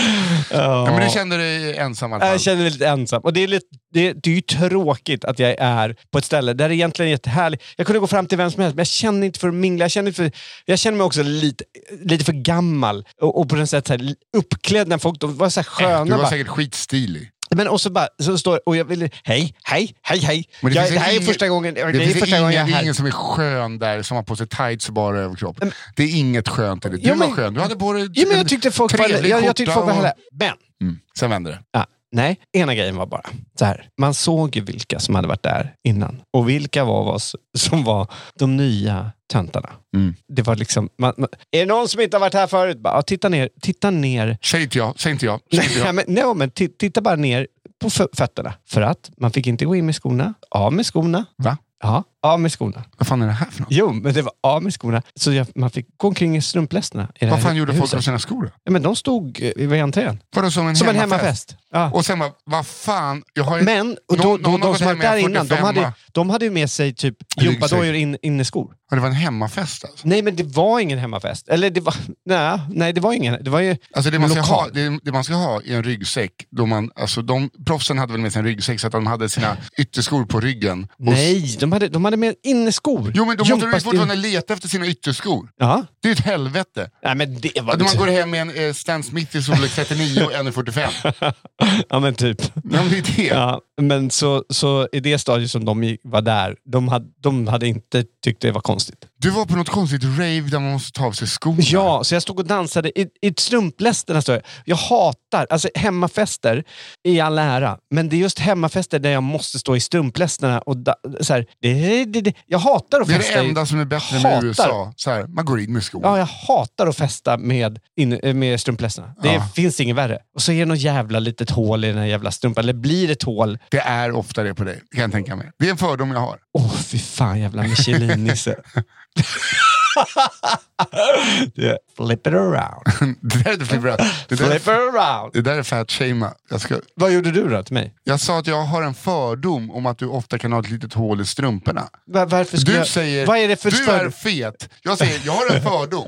S3: Ja, men du kände dig ensam i alla fall.
S2: Jag känner mig lite ensam. Och det, är lite, det, det är ju tråkigt att jag är på ett ställe där det egentligen är jättehärligt. Jag kunde gå fram till vem som helst, men jag känner inte för att mingla. Jag känner, för, jag känner mig också lite, lite för gammal och, och på något sätt så här, uppklädd när folk de var så här sköna.
S3: Eh, Du var
S2: bara.
S3: säkert skitstilig.
S2: Men och så bara, så står och jag vill, hej, hej, hej, hej.
S3: Men
S2: jag,
S3: finns
S2: det här är
S3: ingen-
S2: första gången, det är
S3: finns
S2: första
S3: ingen,
S2: gången jag är
S3: det är
S2: här.
S3: ingen som är skön där som har på sig tights och bara överkropp. det är inget skönt. Eller? Du
S2: Ja, Mm. men-
S3: var skön. Du hade på dig
S2: Ja, men jag
S3: en
S2: tyckte folk var, jag,
S3: trevlig
S2: jag tyckte
S3: skjorta
S2: folk var
S3: och-
S2: härliga. Men
S3: Mm. Sen vände det.
S2: Ja, nej, ena grejen var bara så här. Man såg ju vilka som hade varit där innan och vilka var oss som var de nya töntarna.
S3: Mm.
S2: Det var liksom, man, man, är det någon som inte har varit här förut? Bara, ja, titta ner, titta ner.
S3: Säg inte jag. Säg inte jag. Säg inte
S2: Nej,
S3: jag.
S2: men, nej, men ti- titta bara ner på fö- fötterna. För att man fick inte gå in med skorna. Av med skorna.
S3: Va?
S2: Ja, av med skorna.
S3: Vad fan är det här för något?
S2: Jo, men det var av med skorna. Så jag, man fick gå omkring i strumplästerna. I det
S3: Vad
S2: här
S3: fan gjorde folk
S2: huset.
S3: av sina skor då?
S2: Ja, men de stod eh, vid entrén.
S3: Var det som en
S2: Som en
S3: hemmafest?
S2: hemmafest. Ja.
S3: Och sen bara, vad fan. Jag har ju-
S2: Men och då,
S3: Någon-
S2: då,
S3: någon har
S2: de
S3: gått
S2: som var
S3: hem med
S2: där
S3: en
S2: innan, de
S3: 45a.
S2: hade, de hade ju med sig typ
S3: Ryggsäck.
S2: gympadojor in, inneskor.
S3: Ja, Det var en hemmafest alltså.
S2: Nej, men det var ingen hemmafest. Eller det var... Nej, nej det var ingen. Det var ju
S3: Alltså det, man ska
S2: lokal.
S3: ha, det, det man ska ha i en ryggsäck, då man, alltså de, proffsen hade väl med sig en ryggsäck så att de hade sina ytterskor på ryggen. Och
S2: Nej, de hade, de hade med inneskor.
S3: Jo men då måste de ju
S2: Gympaskor.
S3: fortfarande leta efter sina ytterskor.
S2: Ja.
S3: Det är ett helvete.
S2: Nej, men det var...
S3: Att man går hem med en eh, Stan Smith i storlek 39 och 1,45.
S2: ja, men typ.
S3: Ja, men det är det.
S2: Ja, men så, så i det stadiet som de gick- var där, de hade, de hade inte tyckt det var konstigt.
S3: Du var på något konstigt rave där man måste ta av sig skorna.
S2: Ja, så jag stod och dansade i, i strumplästen. Alltså. Jag hatar, alltså hemmafester i all ära, men det är just hemmafester där jag måste stå i strumplästerna och da, så här, det, det, det, Jag hatar att
S3: Det är det
S2: festa i-
S3: enda som är bättre med
S2: hatar-
S3: USA. Så här, man går in med skor.
S2: Ja, jag hatar att festa med, in, med strumplästerna. Det
S3: Ja.
S2: finns inget värre. Och så är det något jävla litet hål i den här jävla strumpan. Eller blir det ett hål?
S3: Det är ofta det på dig, kan jag tänka mig. Det är en fördom jag har.
S2: Åh, oh, fy fan jävla Michelin-nisse. Det- Flip it around.
S3: det där är inte flipperat. Det, där
S2: Flip it
S3: är-
S2: around.
S3: det där är fat shama. Jag, ska,
S2: Vad gjorde du då till mig?
S3: jag sa att jag har en fördom om att du ofta kan ha ett litet hål i strumporna.
S2: Va- Varför ska
S3: Du
S2: jag...
S3: säger
S2: Vad är det för
S3: du
S2: större-
S3: är fet. Jag säger jag har en fördom.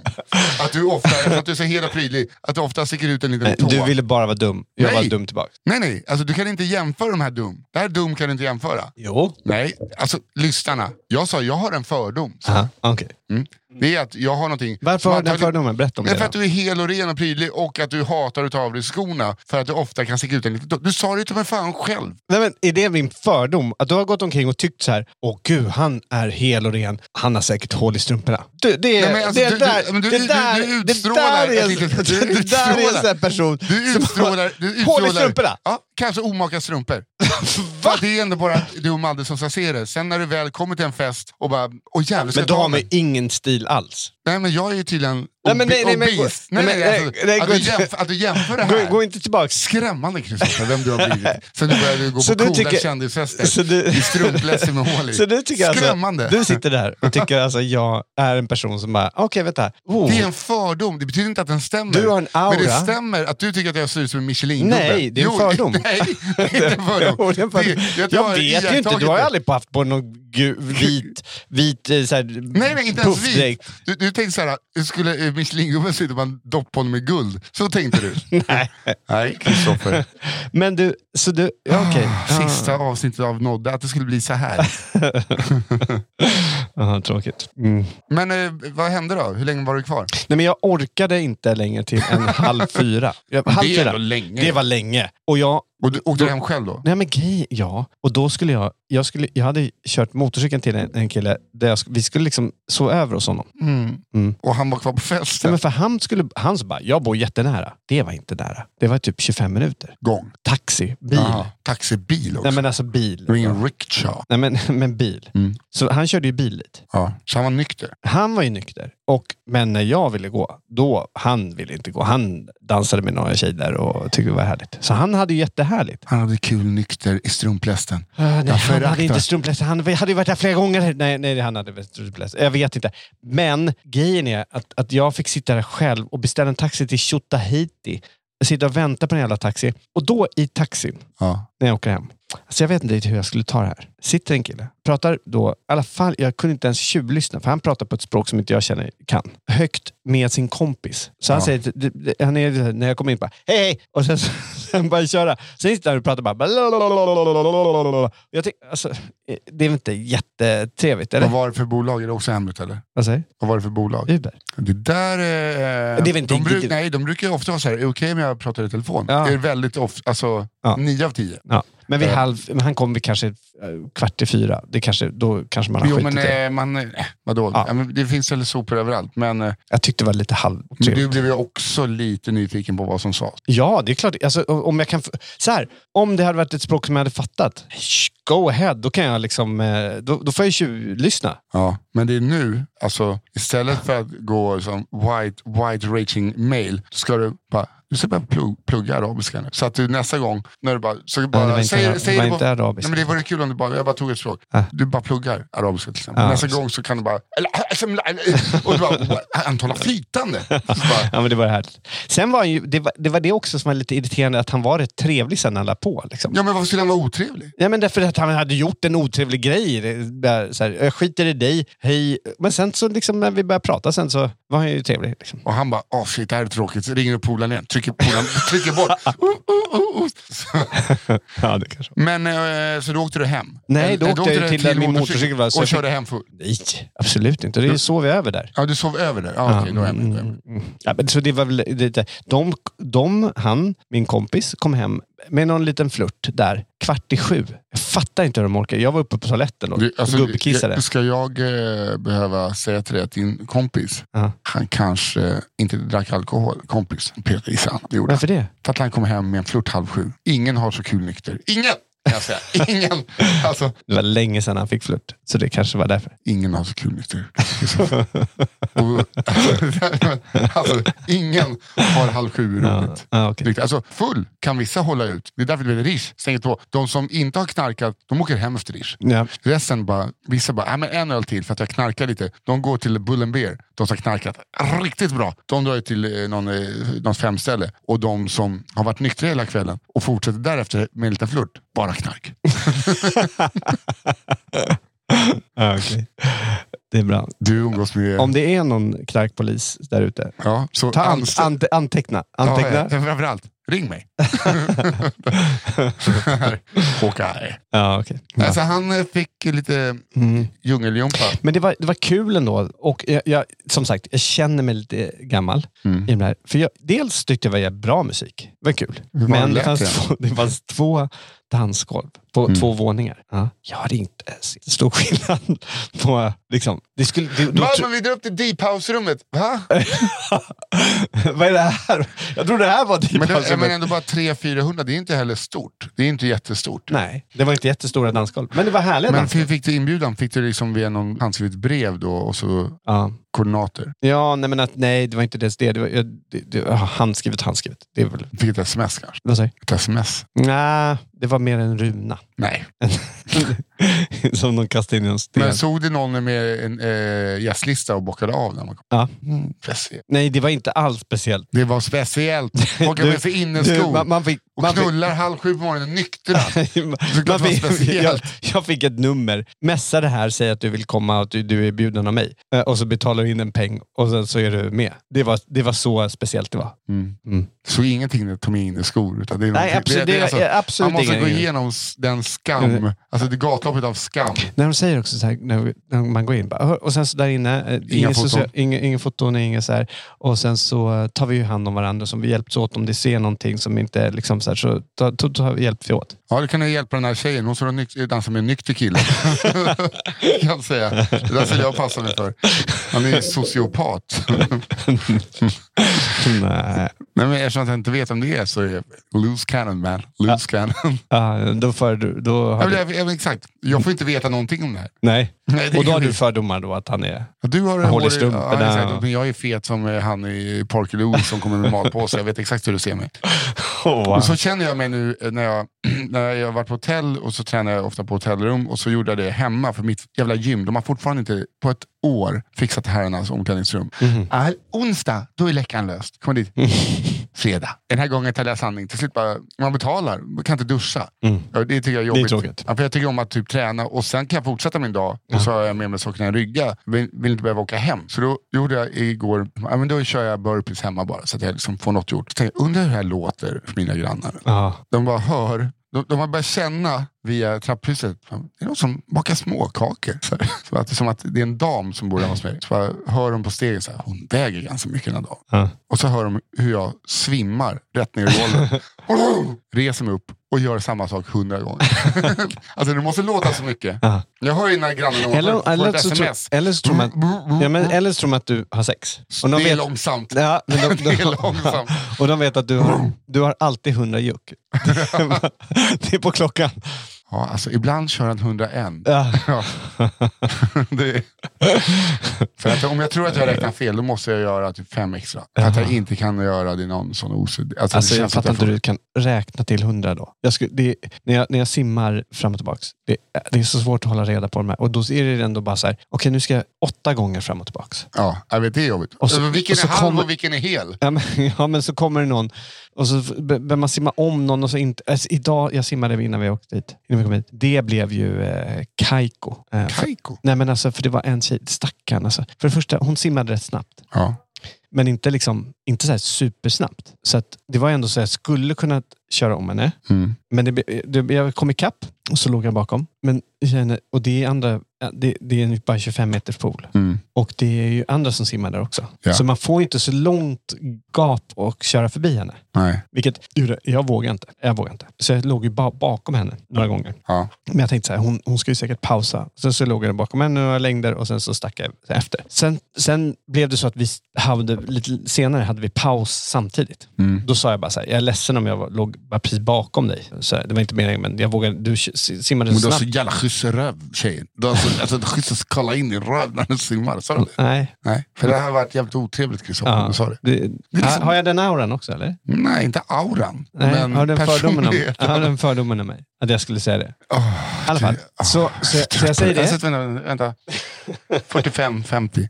S3: Att du ofta, för att du är så hela prydlig, att du ofta sticker ut en liten tå.
S2: Eh, Du ville bara vara dum. Jag
S3: Nej.
S2: var dum tillbaka.
S3: Nej, nej. Alltså, du kan inte jämföra de här dum. Det här dum kan du inte jämföra.
S2: Jo.
S3: Nej, alltså lyssnarna. Jag sa jag har en fördom. Så.
S2: Aha, okej.
S3: Mm. Det är att jag har någonting...
S2: Varför
S3: som
S2: har du den
S3: antagligen-
S2: fördomen? Berätta om
S3: Nej,
S2: det.
S3: för att
S2: då.
S3: du är hel och ren och prydlig och att du hatar att ta av dig skorna för att du ofta kan sticka ut en liten... Du sa det ju till mig fan själv.
S2: Nej, men är det min fördom? Att du har gått omkring och tyckt så här, åh gud, han är hel och ren, han har säkert hål i strumporna. Du, det är
S3: Nej, men alltså,
S2: det
S3: du- du-
S2: där,
S3: men du-
S2: det
S3: du-
S2: där,
S3: du
S2: det
S3: utstrålar
S2: där är,
S3: ett litet-
S2: det
S3: du
S2: där är en
S3: utstrålar.
S2: sån här person
S3: Du utstrålar... Du
S2: som har hål
S3: utstrålar
S2: i strumporna.
S3: Ja, kanske omaka strumpor.
S2: Va?
S3: Ja, det är ändå bara du och Madde som ska se det. Sen när du väl kommer till en fest och bara... Åh jävlar,
S2: Men
S3: ska
S2: du
S3: jag ta
S2: har
S3: av mig?"
S2: med ingen stil alls.
S3: Nej, men jag är ju tydligen
S2: Nej, men nej, nej, men-
S3: obese.
S2: nej,
S3: Nej,
S2: men-
S3: nej, alltså,
S2: nej, nej,
S3: att,
S2: gå
S3: du
S2: inte-
S3: jämför, att du jämför det
S2: Gå,
S3: här.
S2: gå inte tillbaks.
S3: Skrämmande Kristoffer, vem du har blivit. Sen du började gå
S2: Så
S3: på
S2: du
S3: coola
S2: tycker-
S3: kändisfester
S2: så du-
S3: i strumplästen med hål i.
S2: Så du tycker
S3: Skrämmande.
S2: alltså, du sitter där och tycker alltså jag är en person som bara, okej vänta. Oh,
S3: Det är en fördom, det betyder inte att den stämmer.
S2: Du har en aura.
S3: Men det stämmer att du tycker att jag ser ut som en Michelin-gubbe.
S2: Nej, det är en
S3: Jo,
S2: fördom.
S3: Nej, det är inte en fördom.
S2: Jo, det är en fördom.
S3: Det-
S2: Jag,
S3: tror har
S2: vet ju inte,
S3: iakttagit
S2: du har ju
S3: det.
S2: aldrig haft på någon gu- vit, vit eh, så här,
S3: Nej, nej, inte ens vi.
S2: puffdräkt.
S3: Du, du tänkte såhär, skulle eh, Michelin-gubben se ut om man doppade honom i guld? Så tänkte du?
S2: Nej.
S3: Nej, Kristoffer.
S2: Men du, så du, ja, okej.
S3: Ah, Sista avsnittet av Nodda, att det skulle bli så här.
S2: Aha, tråkigt. Mm.
S3: Men eh, vad hände då? Hur länge var du kvar?
S2: Nej, men jag orkade inte längre till en halv fyra. Jag, halv
S3: det är
S2: fyra.
S3: ändå länge.
S2: Det var länge. Och jag,
S3: Och du, åkte du hem själv då?
S2: nej men grej, ja. Och då skulle jag, jag, skulle, jag hade kört motorcykeln till en, en kille, där jag, sk- vi skulle liksom sova över hos honom.
S3: Mm.
S2: Mm.
S3: Och han var kvar på
S2: Nej,
S3: festen?
S2: men för han skulle, han så bara, jag bor jättenära. Det var inte nära. Det var typ 25 minuter.
S3: Gång.
S2: Taxi, bil.
S3: Aha. Taxibil också.
S2: Nej men alltså bil.
S3: Det var ingen rickshaw.
S2: Nej men, men bil.
S3: Mm.
S2: Så han körde ju bil dit.
S3: Ja. Så han var nykter?
S2: Han var ju nykter. Och, men när jag ville gå, då, han ville inte gå. Han dansade med några tjejer där och tyckte det var härligt. Så han hade ju jättehärligt.
S3: Han hade kul nykter i strumplästen.
S2: Ah, nej, han
S3: föraktar.
S2: hade inte strumpläst. Han hade ju varit där flera gånger. Nej, nej han hade väl strumpläst. Jag vet inte. Men grejen är att, att jag fick sitta där själv och beställa en taxi till Tjotahejti. Sitta och vänta på en jävla taxi. Och då i taxin,
S3: Ja.
S2: när jag åker hem. Alltså jag vet inte riktigt hur jag skulle ta det här. Sitter en kille, pratar då, i alla fall, jag kunde inte ens tjuvlyssna för han pratar på ett språk som inte jag känner kan. Högt med sin kompis. Så han
S3: Ja.
S2: säger, det- det- han är, så här, när jag kommer in bara, hej hej! Och sen, sen börjar jag köra. Sen sitter han och pratar bara, blablabla. jag tänker, alltså, eh, det är väl inte jättetrevligt? Eller?
S3: Vad var det för bolag? Är det också hemligt eller?
S2: Vad säger du?
S3: Vad var det för bolag?
S2: Uber?
S3: Det där... Eh,
S2: Det är väl inte
S3: de, bruk,
S2: riktigt-
S3: nej, de brukar ju ofta vara så här, är det okej om jag pratar i telefon?
S2: Ja.
S3: Det är väldigt ofta, alltså
S2: Ja.
S3: nio av tio.
S2: Ja. Men vid
S3: Eh.
S2: halv, men han kom vid kanske eh, kvart i fyra. Det kanske, då kanske man har
S3: Jo
S2: skitit
S3: men
S2: i det.
S3: eh, man, eh, vadå?
S2: Ja.
S3: Ja. men det finns väl sopor överallt. Men, eh,
S2: Jag tyckte det var lite
S3: men
S2: halvtrevligt.
S3: du blev ju också lite nyfiken på vad som sades.
S2: Ja, det är klart. Alltså, om, jag kan f- så här, om det hade varit ett språk som jag hade fattat, shh, go ahead, då kan jag liksom, eh, då, då får jag ju lyssna.
S3: Ja, men det är nu, alltså istället för att gå som white, white raging male, så ska du bara, du ska bara plug, plugga arabiska nu. Så att du nästa gång, när du bara, så bara,
S2: det var inte
S3: säger,
S2: ara-
S3: säger
S2: det var
S3: du
S2: inte
S3: bara,
S2: arabiska.
S3: Nej, men det vore kul om du bara, jag bara tog ett språk.
S2: Ah.
S3: Du bara pluggar arabiska till exempel.
S2: Ah,
S3: nästa
S2: precis.
S3: gång så kan du bara, ah, och du bara, han talar flytande. Så bara,
S2: Ja, men det var härligt. Sen var han ju, det, var, det var det också som var lite irriterande, att han var rätt trevlig sen när han la på. Liksom.
S3: ja men varför skulle han vara otrevlig?
S2: Ja, men därför att han hade gjort en otrevlig grej. Det- där, Så här, jag skiter i dig, hej. Men sen så liksom, när vi började prata sen så var han ju trevlig. Liksom.
S3: Och han bara, ah shit det här är tråkigt. Så ringer du polaren igen, trycker, polaren, trycker bort. Oh, oh, oh, oh.
S2: ja, det kanske
S3: Men eh, så då åkte du hem?
S2: Nej, då
S3: Eh,
S2: åkte jag ju till där min motorcykel var. så
S3: Och
S2: jag
S3: körde
S2: fick-
S3: hem full?
S2: Nej, absolut inte. Det är ju så vi är över där.
S3: Ja, du sov över där? Ja, okej, då är jag med. Då är jag med.
S2: Mm. Ja, men så det var väl lite... De, de, han, min kompis, kom hem med någon liten flört där. Kvart i sju. Jag fattar inte hur de orkar. Jag var uppe på toaletten och,
S3: Du, alltså,
S2: och Mm. gubbkissade.
S3: jag- Ska jag eh, behöva säga till dig att din kompis,
S2: Ja.
S3: han kanske eh, inte drack alkohol. Kompis, Peter Isan. Det gjorde han.
S2: Varför det?
S3: För att han kom hem med en flört halv sju. Ingen har så kul nykter. Ingen! Kan jag säga. Ingen! Alltså,
S2: Det var länge sedan han fick flört. Så det kanske var därför.
S3: ingen har så kul nykter. Och, alltså, ingen har halv sju roligt.
S2: Ja, okej.
S3: Riktigt. Alltså full kan vissa hålla ut. Det är därför det blir Rish. Stänger på. De som inte har knarkat, de åker hem efter Rish.
S2: Ja.
S3: Resten bara, vissa bara, "Ah, men en öl till för att jag knarkar lite. De går till Bull and Beer, de som har knarkat riktigt bra. De drar ju till eh, någon, eh, något femställe och de som har varit nyktra hela kvällen och fortsätter därefter med en liten flört, bara knark.
S2: Ja, okej. Det är bra.
S3: Du umgås med...
S2: Om det är någon knarkpolis där ute,
S3: ja, så
S2: ta an,
S3: anställ-
S2: an, anteckna. anteckna.
S3: Ja, ja, framförallt, ring mig. Hawkeye.
S2: Ja, okej. Ja.
S3: Alltså han eh, fick ju lite
S2: Mm.
S3: djungeljumpa.
S2: Men det var, det var kul ändå. Och jag, jag, som sagt, jag känner mig lite gammal.
S3: Mm.
S2: I den här. För jag, dels tyckte jag det var jävligt bra musik. Det var kul.
S3: var
S2: Men det
S3: lätt
S2: fanns,
S3: igen?
S2: två, det fanns två dansgolv på
S3: Mm.
S2: två våningar. Ja. Jag hade inte ens stor skillnad på... Liksom, det skulle, det, då, Eh,
S3: Malmen, vi drar upp till deep house-rummet. Va?
S2: vad är det här? Jag tror det här var typ alltså- Deep
S3: Men, det,
S2: House.
S3: men
S2: Men...
S3: ändå bara 300-400, det är inte heller stort. Det är inte jättestort.
S2: Nej, det var inte jättestora dansgolv. Men det var härliga
S3: Men
S2: dansgolv.
S3: fick, fick du inbjudan? Fick du liksom via någon handskrivet brev då och så
S2: Ja.
S3: koordinater?
S2: Ja, nej, men att, nej, det var inte ens det. det, var, jag, det, det ah, handskrivet, handskrivet. Det är väl...
S3: Fick ett sms kanske?
S2: Vad säger
S3: Ett sms?
S2: du? Nej, det var mer en runa.
S3: Nej.
S2: Som de kastade in i en sten.
S3: Men såg du någon med en eh, gästlista och bockade av när man kom?
S2: Ja.
S3: Mm, speciellt.
S2: Nej, det var inte alls speciellt.
S3: det var speciellt. Folk
S2: Du-
S3: med sig inneskor
S2: du, man, man fick...
S3: och
S2: man fick-
S3: knullar halv sju på morgonen nyktra. det
S2: Man
S3: var
S2: fick,
S3: speciellt.
S2: jag, jag fick ett nummer. Messa det här, säg att du vill komma och att du, du är bjuden av mig. Eh, Och så betalar du in en peng och sen så är du med. Det var, det var så speciellt det var.
S3: Mm.
S2: Mm.
S3: Så ingenting att ta med inneskor. Utan det
S2: Nej,
S3: är någonting-
S2: absolut, det är absolut
S3: man måste
S2: ingen- Mm.
S3: gå igenom s- den skam, alltså det gatloppet av skam.
S2: När de säger också så här, när, vi- när man går in, bara, "Hör", och sen så där inne, eh, ingen,
S3: foton.
S2: socia- ingen, ingen foton, ingen så här, och sen så eh, tar vi ju hand om varandra, som vi hjälps åt om det ser någonting som inte är liksom så här, så ta, ta, ta, hjälps vi åt.
S3: Ja, du kan ju hjälpa den här tjejen. Hon som nyk- dansar med en nykter kille. kan jag säga. Det där skulle jag passa mig för. Han är ju sociopat.
S2: Mm. Nej.
S3: Nej, men eftersom att jag inte vet om det är så är jag loose cannon man. Loose cannon.
S2: Ja, då för, du- då har
S3: Jag,
S2: du,
S3: jag, jag, exakt. Jag får inte veta någonting om det här.
S2: nej.
S3: Nej, det
S2: Och då
S3: är
S2: har du
S3: inget.
S2: fördomar då att han är...
S3: Du har
S2: Jag håller
S3: hår i-
S2: strumporna.
S3: Ja, exakt. Men jag är fet som eh, han i Parker Lewis som kommer med matpåse. Jag vet exakt hur du ser mig. Och så känner jag mig nu eh, när jag, när jag har varit på hotell och så tränar jag ofta på hotellrum och så gjorde jag det hemma för mitt jävla gym. De har fortfarande inte på ett år fixat herrarnas omklädningsrum.
S2: Mhm.
S3: All onsdag, då är läckan löst. Kom dit.
S2: Mm.
S3: Fredag. Den här gången talar jag sanning. Till slut bara, man betalar, man kan inte duscha.
S2: Mm.
S3: Ja, Det tycker jag är jobbigt.
S2: tråkigt.
S3: Ja, för jag tycker om att typ träna och sen kan jag fortsätta min dag och så har jag med mig sakerna i rygga. Vill, vill inte behöva åka hem. Så då gjorde jag igår, ja, men då kör jag burpees hemma bara så att jag liksom får något gjort. Tänkte, undrar hur det här låter för mina grannar.
S2: Ja.
S3: De bara hör, de, de har börjat känna via trapphuset, fan, det är någon som bakar småkakor. Så här. Så att, som att det är en dam som bor hemma hos mig. Så bara hör de på stegen, så här, hon väger ganska mycket den här dagen.
S2: Ja.
S3: Och så hör de hur jag svimmar rätt ner i golvet. Reser mig upp och gör samma sak hundra gånger. alltså det måste låta så mycket.
S2: Ja.
S3: Jag hör ju när grannen får-
S2: Eller,
S3: får
S2: eller,
S3: ett
S2: så tror,
S3: sms. Mm,
S2: eller, så tror man, ja, men, eller så tror man att du har sex. eh, Och de
S3: det är
S2: vet-
S3: långsamt.
S2: Ja, men de, de,
S3: Det är långsamt. Mm.
S2: Och de vet att du har, du har alltid 100 juck. det är på klockan.
S3: Ja, alltså, ibland kör han 101.
S2: Ja.
S3: Ja. det är... För att om jag tror att jag räknar fel, då måste jag göra typ fem extra. För att jag inte kan göra det i någon sån osud. Alltså,
S2: Alltså, jag
S3: det känns att
S2: fattar inte
S3: får-
S2: hur du kan räkna till 100 då. Jag skulle, det, när, jag, när jag simmar fram och tillbaks, det, det är så svårt att hålla reda på de här. Och då är det ändå bara så här, okej nu ska jag åtta gånger fram och tillbaks.
S3: Ja, jag vet, det är jobbigt.
S2: Och så-
S3: Men vilken
S2: och så
S3: är halv
S2: kommer-
S3: och vilken är hel?
S2: Ja men, ja, men så kommer det någon och så f- be- behöver man simma om någon och så inte... Alltså, idag, jag simmade innan vi åkte dit. Innan vi kom hit. Det blev ju eh, Kaiko. Eh, för,
S3: Kaiko.
S2: nej men alltså, för det var en tjej, stackarn alltså. För det första, hon simmade rätt snabbt.
S3: Ja.
S2: Men inte liksom inte så här supersnabbt. Så att det var ändå så jag skulle kunna köra om henne.
S3: Mm.
S2: Men det, det, jag kom ikapp och så låg jag bakom. Men, jag känner- och det är andra, det, det är bara 25 meters pool.
S3: Mm.
S2: Och det är ju andra som simmar där också.
S3: Ja.
S2: Så man får ju inte så långt gap och köra förbi henne.
S3: Nej.
S2: Vilket gjorde, jag vågade inte. Jag vågade inte. Så jag låg ju ba- bakom henne några gånger.
S3: Ja.
S2: Men jag tänkte så här, hon, hon ska ju säkert pausa. Sen så låg jag bakom henne några längder och sen så stack jag efter. Sen, sen blev det så att vi hade, lite senare hade vi paus samtidigt.
S3: Mm.
S2: Då sa jag bara så här, jag är ledsen om jag var, låg bara precis bakom dig. Så här, det var inte meningen, men jag vågade, du s- simmade
S3: Men du har
S2: snabbt.
S3: så jävla schysst röv tjejen. Du har så, alltså, schysst att kolla in i röv när du simmar. Sa du det?
S2: Nej.
S3: Nej. För det här har varit jävligt otrevligt Kristoffer. om
S2: Ja.
S3: Du sa det.
S2: Det,
S3: är liksom-
S2: Ha- Har jag den auran också eller?
S3: Nej, inte auran.
S2: Nej,
S3: men
S2: har den fördomen om,
S3: personligheten.
S2: har den fördomen om mig? Att jag skulle säga det? I alla fall, så, så, jag- så jag säger
S3: Jag
S2: det.
S3: sitter, vänta, vänta. 45, 50.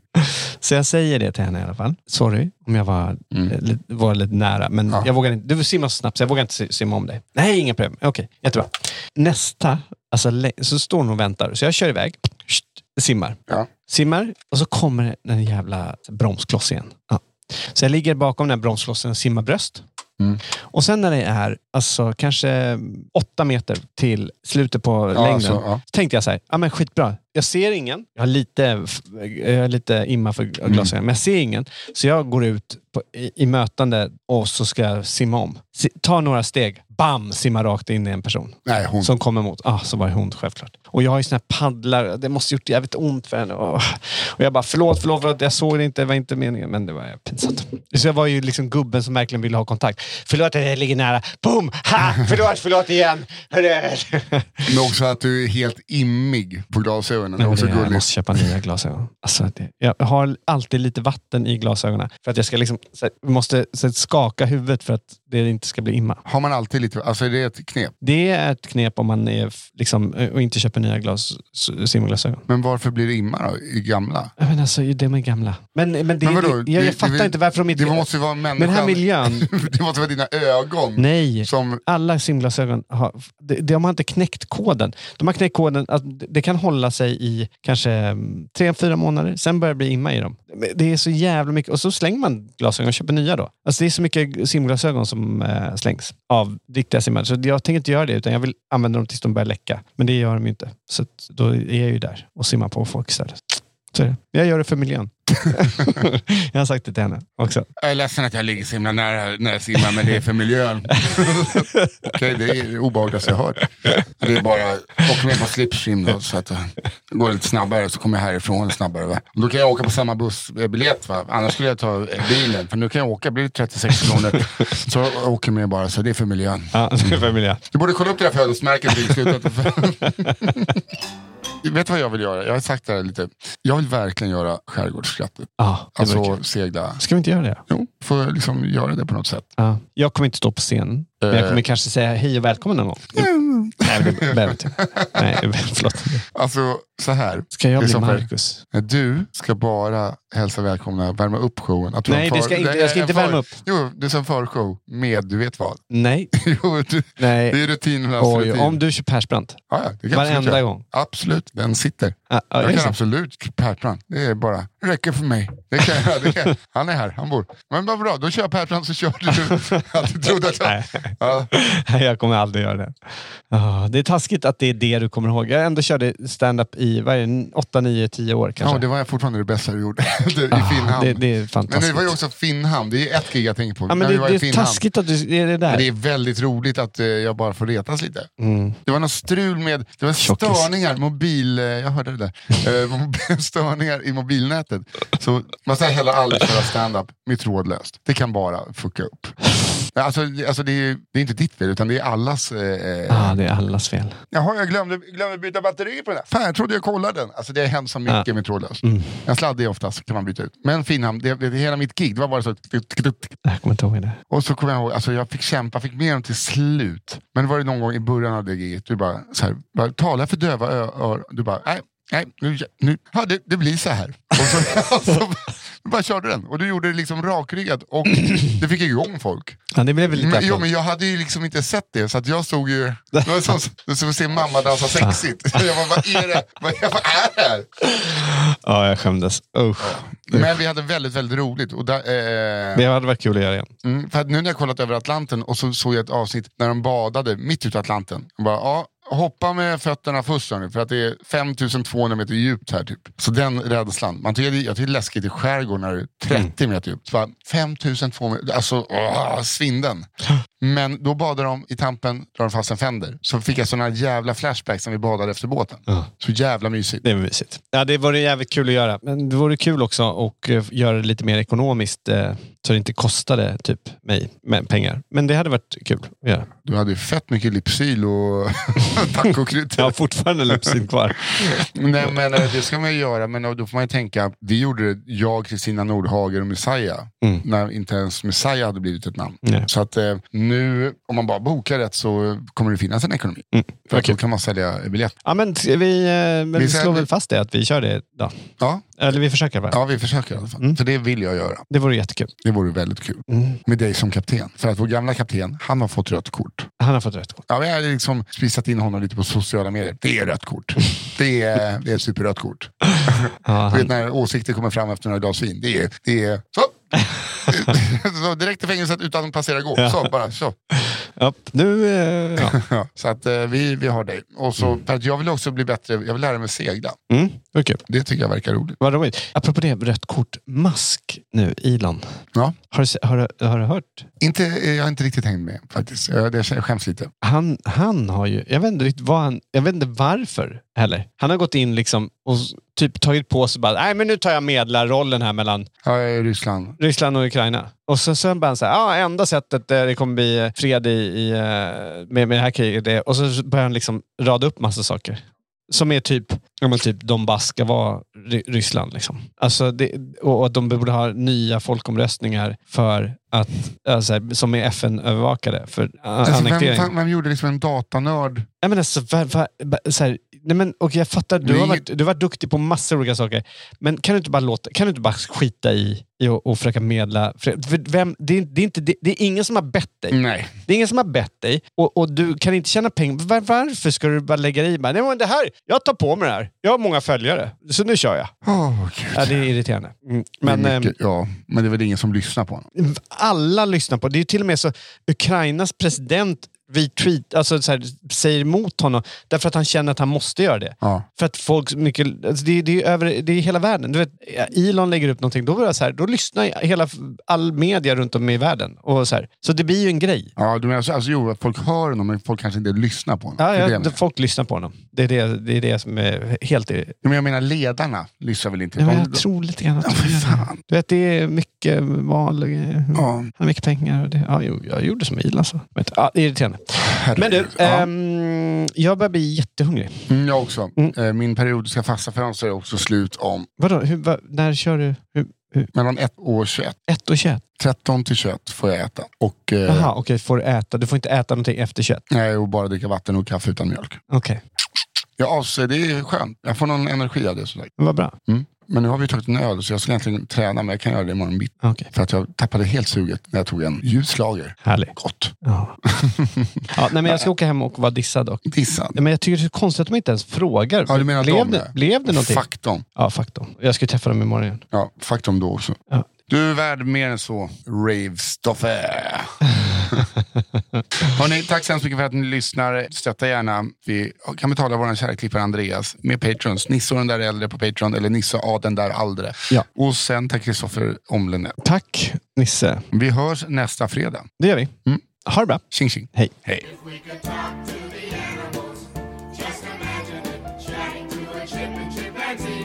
S2: Så jag säger det till henne i alla fall. Sorry om jag var, eh, lite- var lite nära, men
S3: Ja.
S2: jag vågade inte. Du simmar så snabbt så jag vågar inte si- simma om dig. Nej, inga problem. Okej, jättebra. Nästa, alltså, lä- så står hon och väntar. Så jag kör iväg, Sht, simmar.
S3: Ja.
S2: Simmar och så kommer den jävla bromsklossen igen. Ja. Så jag ligger bakom den här bromsklossen och simmar bröst.
S3: Mm.
S2: Och sen när det är alltså, kanske åtta meter till slutet på
S3: Ja,
S2: längden,
S3: så, ja.
S2: så tänkte jag så här, ja men skitbra. Jag ser ingen. Jag har lite, f- jag har lite imma för
S3: Mm.
S2: glasögonen, men jag ser ingen. Så jag går ut på, i, i mötande och så ska jag simma om. Si, ta några steg. Bam! Simma rakt in i en person
S3: Nej, hon.
S2: som kommer mot. Ah, så var det hon självklart. Och jag har ju såna här paddlar. Det måste gjort jävligt ont för henne. Åh. Och jag bara, förlåt, förlåt, förlåt. Jag såg det inte. Det var inte meningen. Men det var pinsamt. Så jag var ju liksom gubben som verkligen ville ha kontakt. Förlåt att jag ligger nära. Boom! Ha! Förlåt, förlåt igen. Hörru.
S3: Men också att du är helt immig på glasögonen. Det
S2: Nej,
S3: är
S2: men
S3: också
S2: det, jag
S3: gulligt.
S2: måste köpa nya glasögon. Alltså, det, jag har alltid lite vatten i glasögonen. För att jag ska liksom, så här, vi måste så här, skaka huvudet för att det inte ska bli imma.
S3: Har man alltid lite, alltså är det ett knep?
S2: Det är ett knep om man är, f- liksom, eh, och inte köper nya glas, s- simglasögon.
S3: Men varför blir det imma då? I gamla?
S2: Ja, Men alltså, de är gamla. Men, men, det,
S3: Men vadå?
S2: det, jag,
S3: Det-
S2: jag fattar
S3: det-
S2: inte varför de inte...
S3: Det måste ju vara
S2: men den
S3: människan.
S2: här miljön.
S3: det måste vara dina ögon.
S2: Nej.
S3: Som,
S2: Alla simglasögon har, de, de har inte knäckt koden. De har knäckt koden att det kan hålla sig i kanske mm, tre, fyra månader. Sen börjar det bli imma i dem. Men Det är så jävla mycket. Och så slänger man glasögon och köper nya då. Alltså det är så mycket simglasögon som eh, slängs av riktiga simmare. Så jag tänker inte göra det, utan jag vill använda dem tills de börjar läcka. Men det gör de ju inte. Så att då är jag ju där och simmar på folk istället. Så är det. Jag gör det för miljön. jag har sagt det till henne också.
S3: jag är ledsen att jag ligger så himla nära när jag simmar, men det är för miljön. Okej, det är det obehagligaste jag hört. Det är bara, åk med på slipstream då, så att eh, det går lite snabbare, så kommer jag härifrån snabbare. Va? Då kan jag åka på samma bussbiljett, va? annars skulle jag ta eh, bilen. För nu kan jag åka, blir det 36 kronor. Så jag åker med bara, så det är för miljön.
S2: Ja, det är för miljön.
S3: Du borde kolla upp det där födelsemärket i slutet. Vet du vad jag vill göra? Jag har sagt det här lite. Jag vill verkligen göra skärgårdsskrattet.
S2: Ja, det alltså...
S3: Alltså segla.
S2: Ska vi inte göra det?
S3: Jo, får jag liksom göra det på något sätt.
S2: Ja. Jag kommer inte stå på scen, men
S3: Eh.
S2: jag kommer kanske säga hej och välkommen någon gång. Nej, det behöver jag inte. Nej, förlåt.
S3: Alltså så här.
S2: Ska jag bli
S3: Kristoffer,
S2: Marcus?
S3: Du ska bara hälsa välkomna, värma upp showen. Att du
S2: Nej,
S3: har en
S2: det ska
S3: för-
S2: inte- jag ska
S3: en
S2: inte
S3: för-
S2: värma upp.
S3: Jo, det är som förshow med du vet vad.
S2: Nej.
S3: jo, du, det
S2: Nej.
S3: är rutinernas
S2: Oj,
S3: rutin.
S2: om du kör Persbrandt.
S3: ja, ja, det kan jag absolut
S2: Varenda
S3: göra.
S2: gång.
S3: Absolut, den sitter.
S2: Ja, ja,
S3: jag
S2: just
S3: kan
S2: det.
S3: absolut Persbrandt. Det är bara, det räcker för mig. Det kan, jag- det kan, jag. han är här, han bor. Men vad bra, då kör jag Persbrandt så kör du. Att du trodde att jag,
S2: Nej.
S3: ja,
S2: Nej, jag kommer aldrig göra det. Ah, det är taskigt att det är det du kommer ihåg. Jag ändå körde stand-up i vad är det, 8, 9, 10 år kanske.
S3: ja, det var fortfarande det bästa du gjorde. Du, I
S2: Ah,
S3: Finnhamn.
S2: det- det är
S3: men det
S2: fantastiskt.
S3: var ju också Finnhamn, det är ett gig jag tänker på.
S2: ja,
S3: när
S2: men
S3: vi
S2: det,
S3: var i
S2: det är
S3: Finnhamn.
S2: taskigt att du är det där.
S3: Men det är väldigt roligt att eh, jag bara får retas lite.
S2: Mm.
S3: Det var något strul med, det var
S2: Tjockis.
S3: störningar, mobil, eh, jag hörde det där, Eh, mob- störningar i mobilnätet. Så man ska heller aldrig köra standup med trådlöst. Det kan bara fucka upp. Men Alltså, det- alltså det, är, ju- det är inte ditt fel, utan det är allas... Eh, eh,
S2: Ah, det är allas fel.
S3: Jaha, jag glömde, glömde byta batteri på den här. Fan, jag trodde jag kollade den. Alltså det har hänt så mycket med trådlöst. En sladd är oftast, kan man byta ut. Men Finhamn, det, det, hela mitt gig, det var bara så...
S2: Jag kommer inte ihåg det.
S3: Och så kommer jag ihåg, alltså jag fick kämpa, fick med dem till slut. Men var det någon gång i början av det giget, du bara, så här, bara tala för döva ö- öron. Du bara, nej, nej, nu, nu ja, det, det blir så här. Och så, och så Du bara körde den. Och du gjorde det liksom rakryggat och det fick igång folk.
S2: Ja, det blev väl lite
S3: Men, jo,
S2: applåd.
S3: men jag hade ju liksom inte sett det, så att jag stod ju... Det var som, det var som att se mamma dansa sexigt. Jag bara, vad är det? Vad, vad är det här?
S2: Ja, jag skämdes. Usch.
S3: Men vi hade väldigt, väldigt roligt. Och där, eh,
S2: Det hade varit kul att göra igen.
S3: mm, för att nu när jag kollat över Atlanten och så såg jag ett avsnitt när de badade mitt ute i Atlanten. Jag bara, ja, hoppa med fötterna först hörni, för att det är 5200 meter djupt här. typ. Så den rädslan. Man tycker, det- jag tycker det är läskigt i skärgården när det är 30 meter djupt. Så bara, 5200 meter, alltså åh, svindeln. Men då badade de i tampen, drar de fast en fender. Så fick jag sådana jävla flashbacks när vi badade efter båten. Så jävla mysigt.
S2: Det var mysigt. Ja, det vore jävligt kul att göra. Men det vore kul också att eh, göra det lite mer ekonomiskt eh, så det inte kostade typ mig men pengar. Men det hade varit kul att göra.
S3: Du hade ju fett mycket Lypsyl och tacokryddor.
S2: Jag har fortfarande Lypsyl kvar.
S3: Nej, men eh, det ska man ju göra, men då får man ju tänka, vi gjorde det, jag, Kristina Nordhager och Messiah,
S2: Mm.
S3: när inte ens Messiah hade blivit ett namn.
S2: Nej.
S3: Så att eh, nu, om man bara bokar rätt så kommer det finnas en ekonomi.
S2: Mm.
S3: För att
S2: Okej.
S3: då kan man sälja biljett.
S2: Ja, men t- vi, eh, men
S3: Vi
S2: vi slår
S3: säger-
S2: väl fast det att vi kör det då.
S3: Ja,
S2: Eller vi försöker bara.
S3: ja vi försöker i alla fall.
S2: Mm.
S3: För det vill jag göra.
S2: Det vore jättekul.
S3: Det vore väldigt kul.
S2: Mm.
S3: Med dig som kapten. För att vår gamla kapten, han har fått rött kort.
S2: Han har fått rätt kort.
S3: Ja, vi har liksom spissat in honom lite på sociala medier. Det är rött kort. Det är, det är ett superrött kort.
S2: Ja,
S3: Du
S2: han,
S3: vet när åsikter kommer fram efter några glas vin. Det är, det är så. så direkt till fängelset utan att passera gå. Så, bara så.
S2: ja, nu, eh, ja.
S3: Ja, så att eh, vi, vi har dig. Och så, för att jag vill också bli bättre. Jag vill lära mig segla.
S2: Mm, det var kul.
S3: Det tycker jag verkar roligt.
S2: Vad roligt. Apropå det, rött kort. Mask nu, Elon.
S3: Ja.
S2: Har du, se- har, du- har du hört?
S3: Inte, eh, jag har inte riktigt hängt med faktiskt. Jag, det, jag skäms lite.
S2: Han, han har ju, jag vet inte riktigt vad han, jag vet inte varför heller. Han har gått in liksom och s- typ tagit på sig bara, nej men nu tar jag medlarrollen här mellan
S3: Ja, jag är i Ryssland.
S2: Ryssland och Ukraina. Och så sen bara han så här, ja enda sättet eh, det kommer bli eh, fred i, i, eh, med, med det här kriget. det- Och så börjar han liksom rada upp massa saker. Som är typ, ja, men typ Donbass ska vara Ry- Ryssland. Liksom. Alltså det, och och att de borde ha nya folkomröstningar för att, alltså, som är FN-övervakade för eh,
S3: Alltså, vem,
S2: annektering.
S3: fan- vem gjorde liksom en datanörd?
S2: Nej men alltså, va, va, va, så här, nej men, och jag fattar, du
S3: Det är
S2: har,
S3: inget-
S2: varit, du har varit duktig på massor av olika saker. Men kan du inte bara, låta, kan du inte bara skita i, i och, och försöka medla? För, för vem, det, är, det, är inte, det, det är ingen som har bett dig.
S3: Nej.
S2: Det är ingen som har bett dig och, och du kan inte tjäna pengar. Var, varför ska du bara lägga dig i? Bara, nej, men det här, jag tar på mig det här. Jag har många följare, så nu kör jag.
S3: Åh, gud.
S2: Ja, det är irriterande. Mm. Men,
S3: det är
S2: ehm,
S3: mycket, ja, men det är väl ingen som lyssnar på honom.
S2: alla lyssnar på. Det är ju till och med så Ukrainas president retweet, alltså så här, säger emot honom därför att han känner att han måste göra det.
S3: Ja.
S2: För att folk, så mycket, alltså det, är- det, är ju över, det är hela världen. Du vet, Elon lägger upp någonting, då, blir det så här, då lyssnar hela, all media runt om i världen. Och så, här. så det blir ju en grej.
S3: Ja, du menar alltså, alltså, jo, att folk hör honom men folk kanske inte lyssnar på honom.
S2: Ja,
S3: Det är det
S2: ja,
S3: jag menar.
S2: folk lyssnar på honom. Det är det, det, är det som är helt...
S3: Men jag menar ledarna lyssnar väl inte?
S2: Ja, men
S3: De-
S2: jag tror lite grann
S3: Ja,
S2: att
S3: för fan.
S2: du vet, det är mycket val och grejer.
S3: Ja.
S2: Han har mycket pengar. Och det, ja, jo, jag gjorde som Elon sa. Men, Ja, det är irriterande. Men du,
S3: Herregud. Ja.
S2: ehm, jag börjar bli jättehungrig.
S3: Mm, jag också. Eh, Min periodiska fasta fönster är också slut om
S2: Vadå, hur, va, när kör du? Hur, hur,
S3: mellan 1 och 21.
S2: ett och 21?
S3: 13 till 21 får jag äta. Och, eh,
S2: Jaha, okej. får du äta. Du får inte äta någonting efter 21.
S3: nej, och bara dricka vatten och kaffe utan mjölk.
S2: Okej,
S3: Jag avser, det är skönt. Jag får någon energi av det. Sådär.
S2: vad bra.
S3: Mm. Men nu har vi tagit en öl så jag ska egentligen träna men jag kan göra det imorgon bitti.
S2: Okej,
S3: För att jag tappade helt suget när jag tog en ljus lager.
S2: härligt.
S3: Gott.
S2: Ja. ja, nej, men jag ska åka hem och vara dissad dock.
S3: Dissad.
S2: Nej, Men jag tycker det är så konstigt att de inte ens frågar.
S3: Ja, du menar
S2: blev,
S3: dem,
S2: det,
S3: ja.
S2: blev det någonting?
S3: Fuck dem.
S2: Ja, fuck dem. Jag ska träffa dem imorgon igen.
S3: Ja, fuck dem då också.
S2: Ja.
S3: Du är värd mer än så, Ravestoffe. Hörrni, tack så hemskt mycket för att ni lyssnar. Stötta gärna. Vi kan betala vår kära klippare Andreas med Patrons. Nisse och den där äldre på Patreon, eller Nisse och den där äldre.
S2: Ja.
S3: Och sen tack Kristoffer Omlene.
S2: Tack, Nisse.
S3: Vi hörs nästa fredag.
S2: Det gör vi.
S3: Mm.
S2: Ha det bra.
S3: Tjing tjing.
S2: Hej.
S3: Hej.
S1: We could talk to the animals. Just imagine it, chatting to a chip and chimpanzee.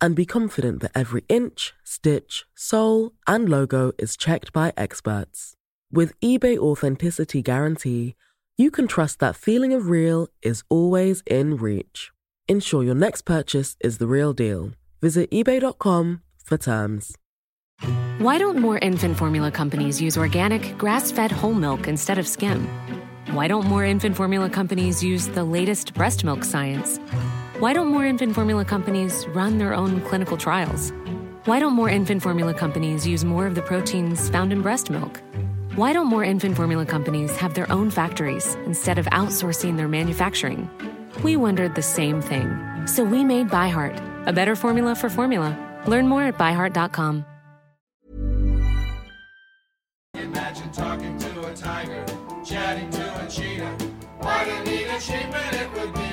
S5: and be confident that every inch, stitch, sole, and logo is checked by experts. With eBay Authenticity Guarantee, you can trust that feeling of real is always in reach. Ensure your next purchase is the real deal. Visit eBay.com for terms.
S6: Why don't more infant formula companies use organic, grass fed whole milk instead of skim? Why don't more infant formula companies use the latest breast milk science? Why don't more infant formula companies run their own clinical trials? Why don't more infant formula companies use more of the proteins found in breast milk? Why don't more infant formula companies have their own factories instead of outsourcing their manufacturing? We wondered the same thing. So we made ByHeart, a better formula for formula. Learn more at byheart.com.
S1: Imagine talking to a tiger, chatting to a cheetah. What a neat achievement it would be.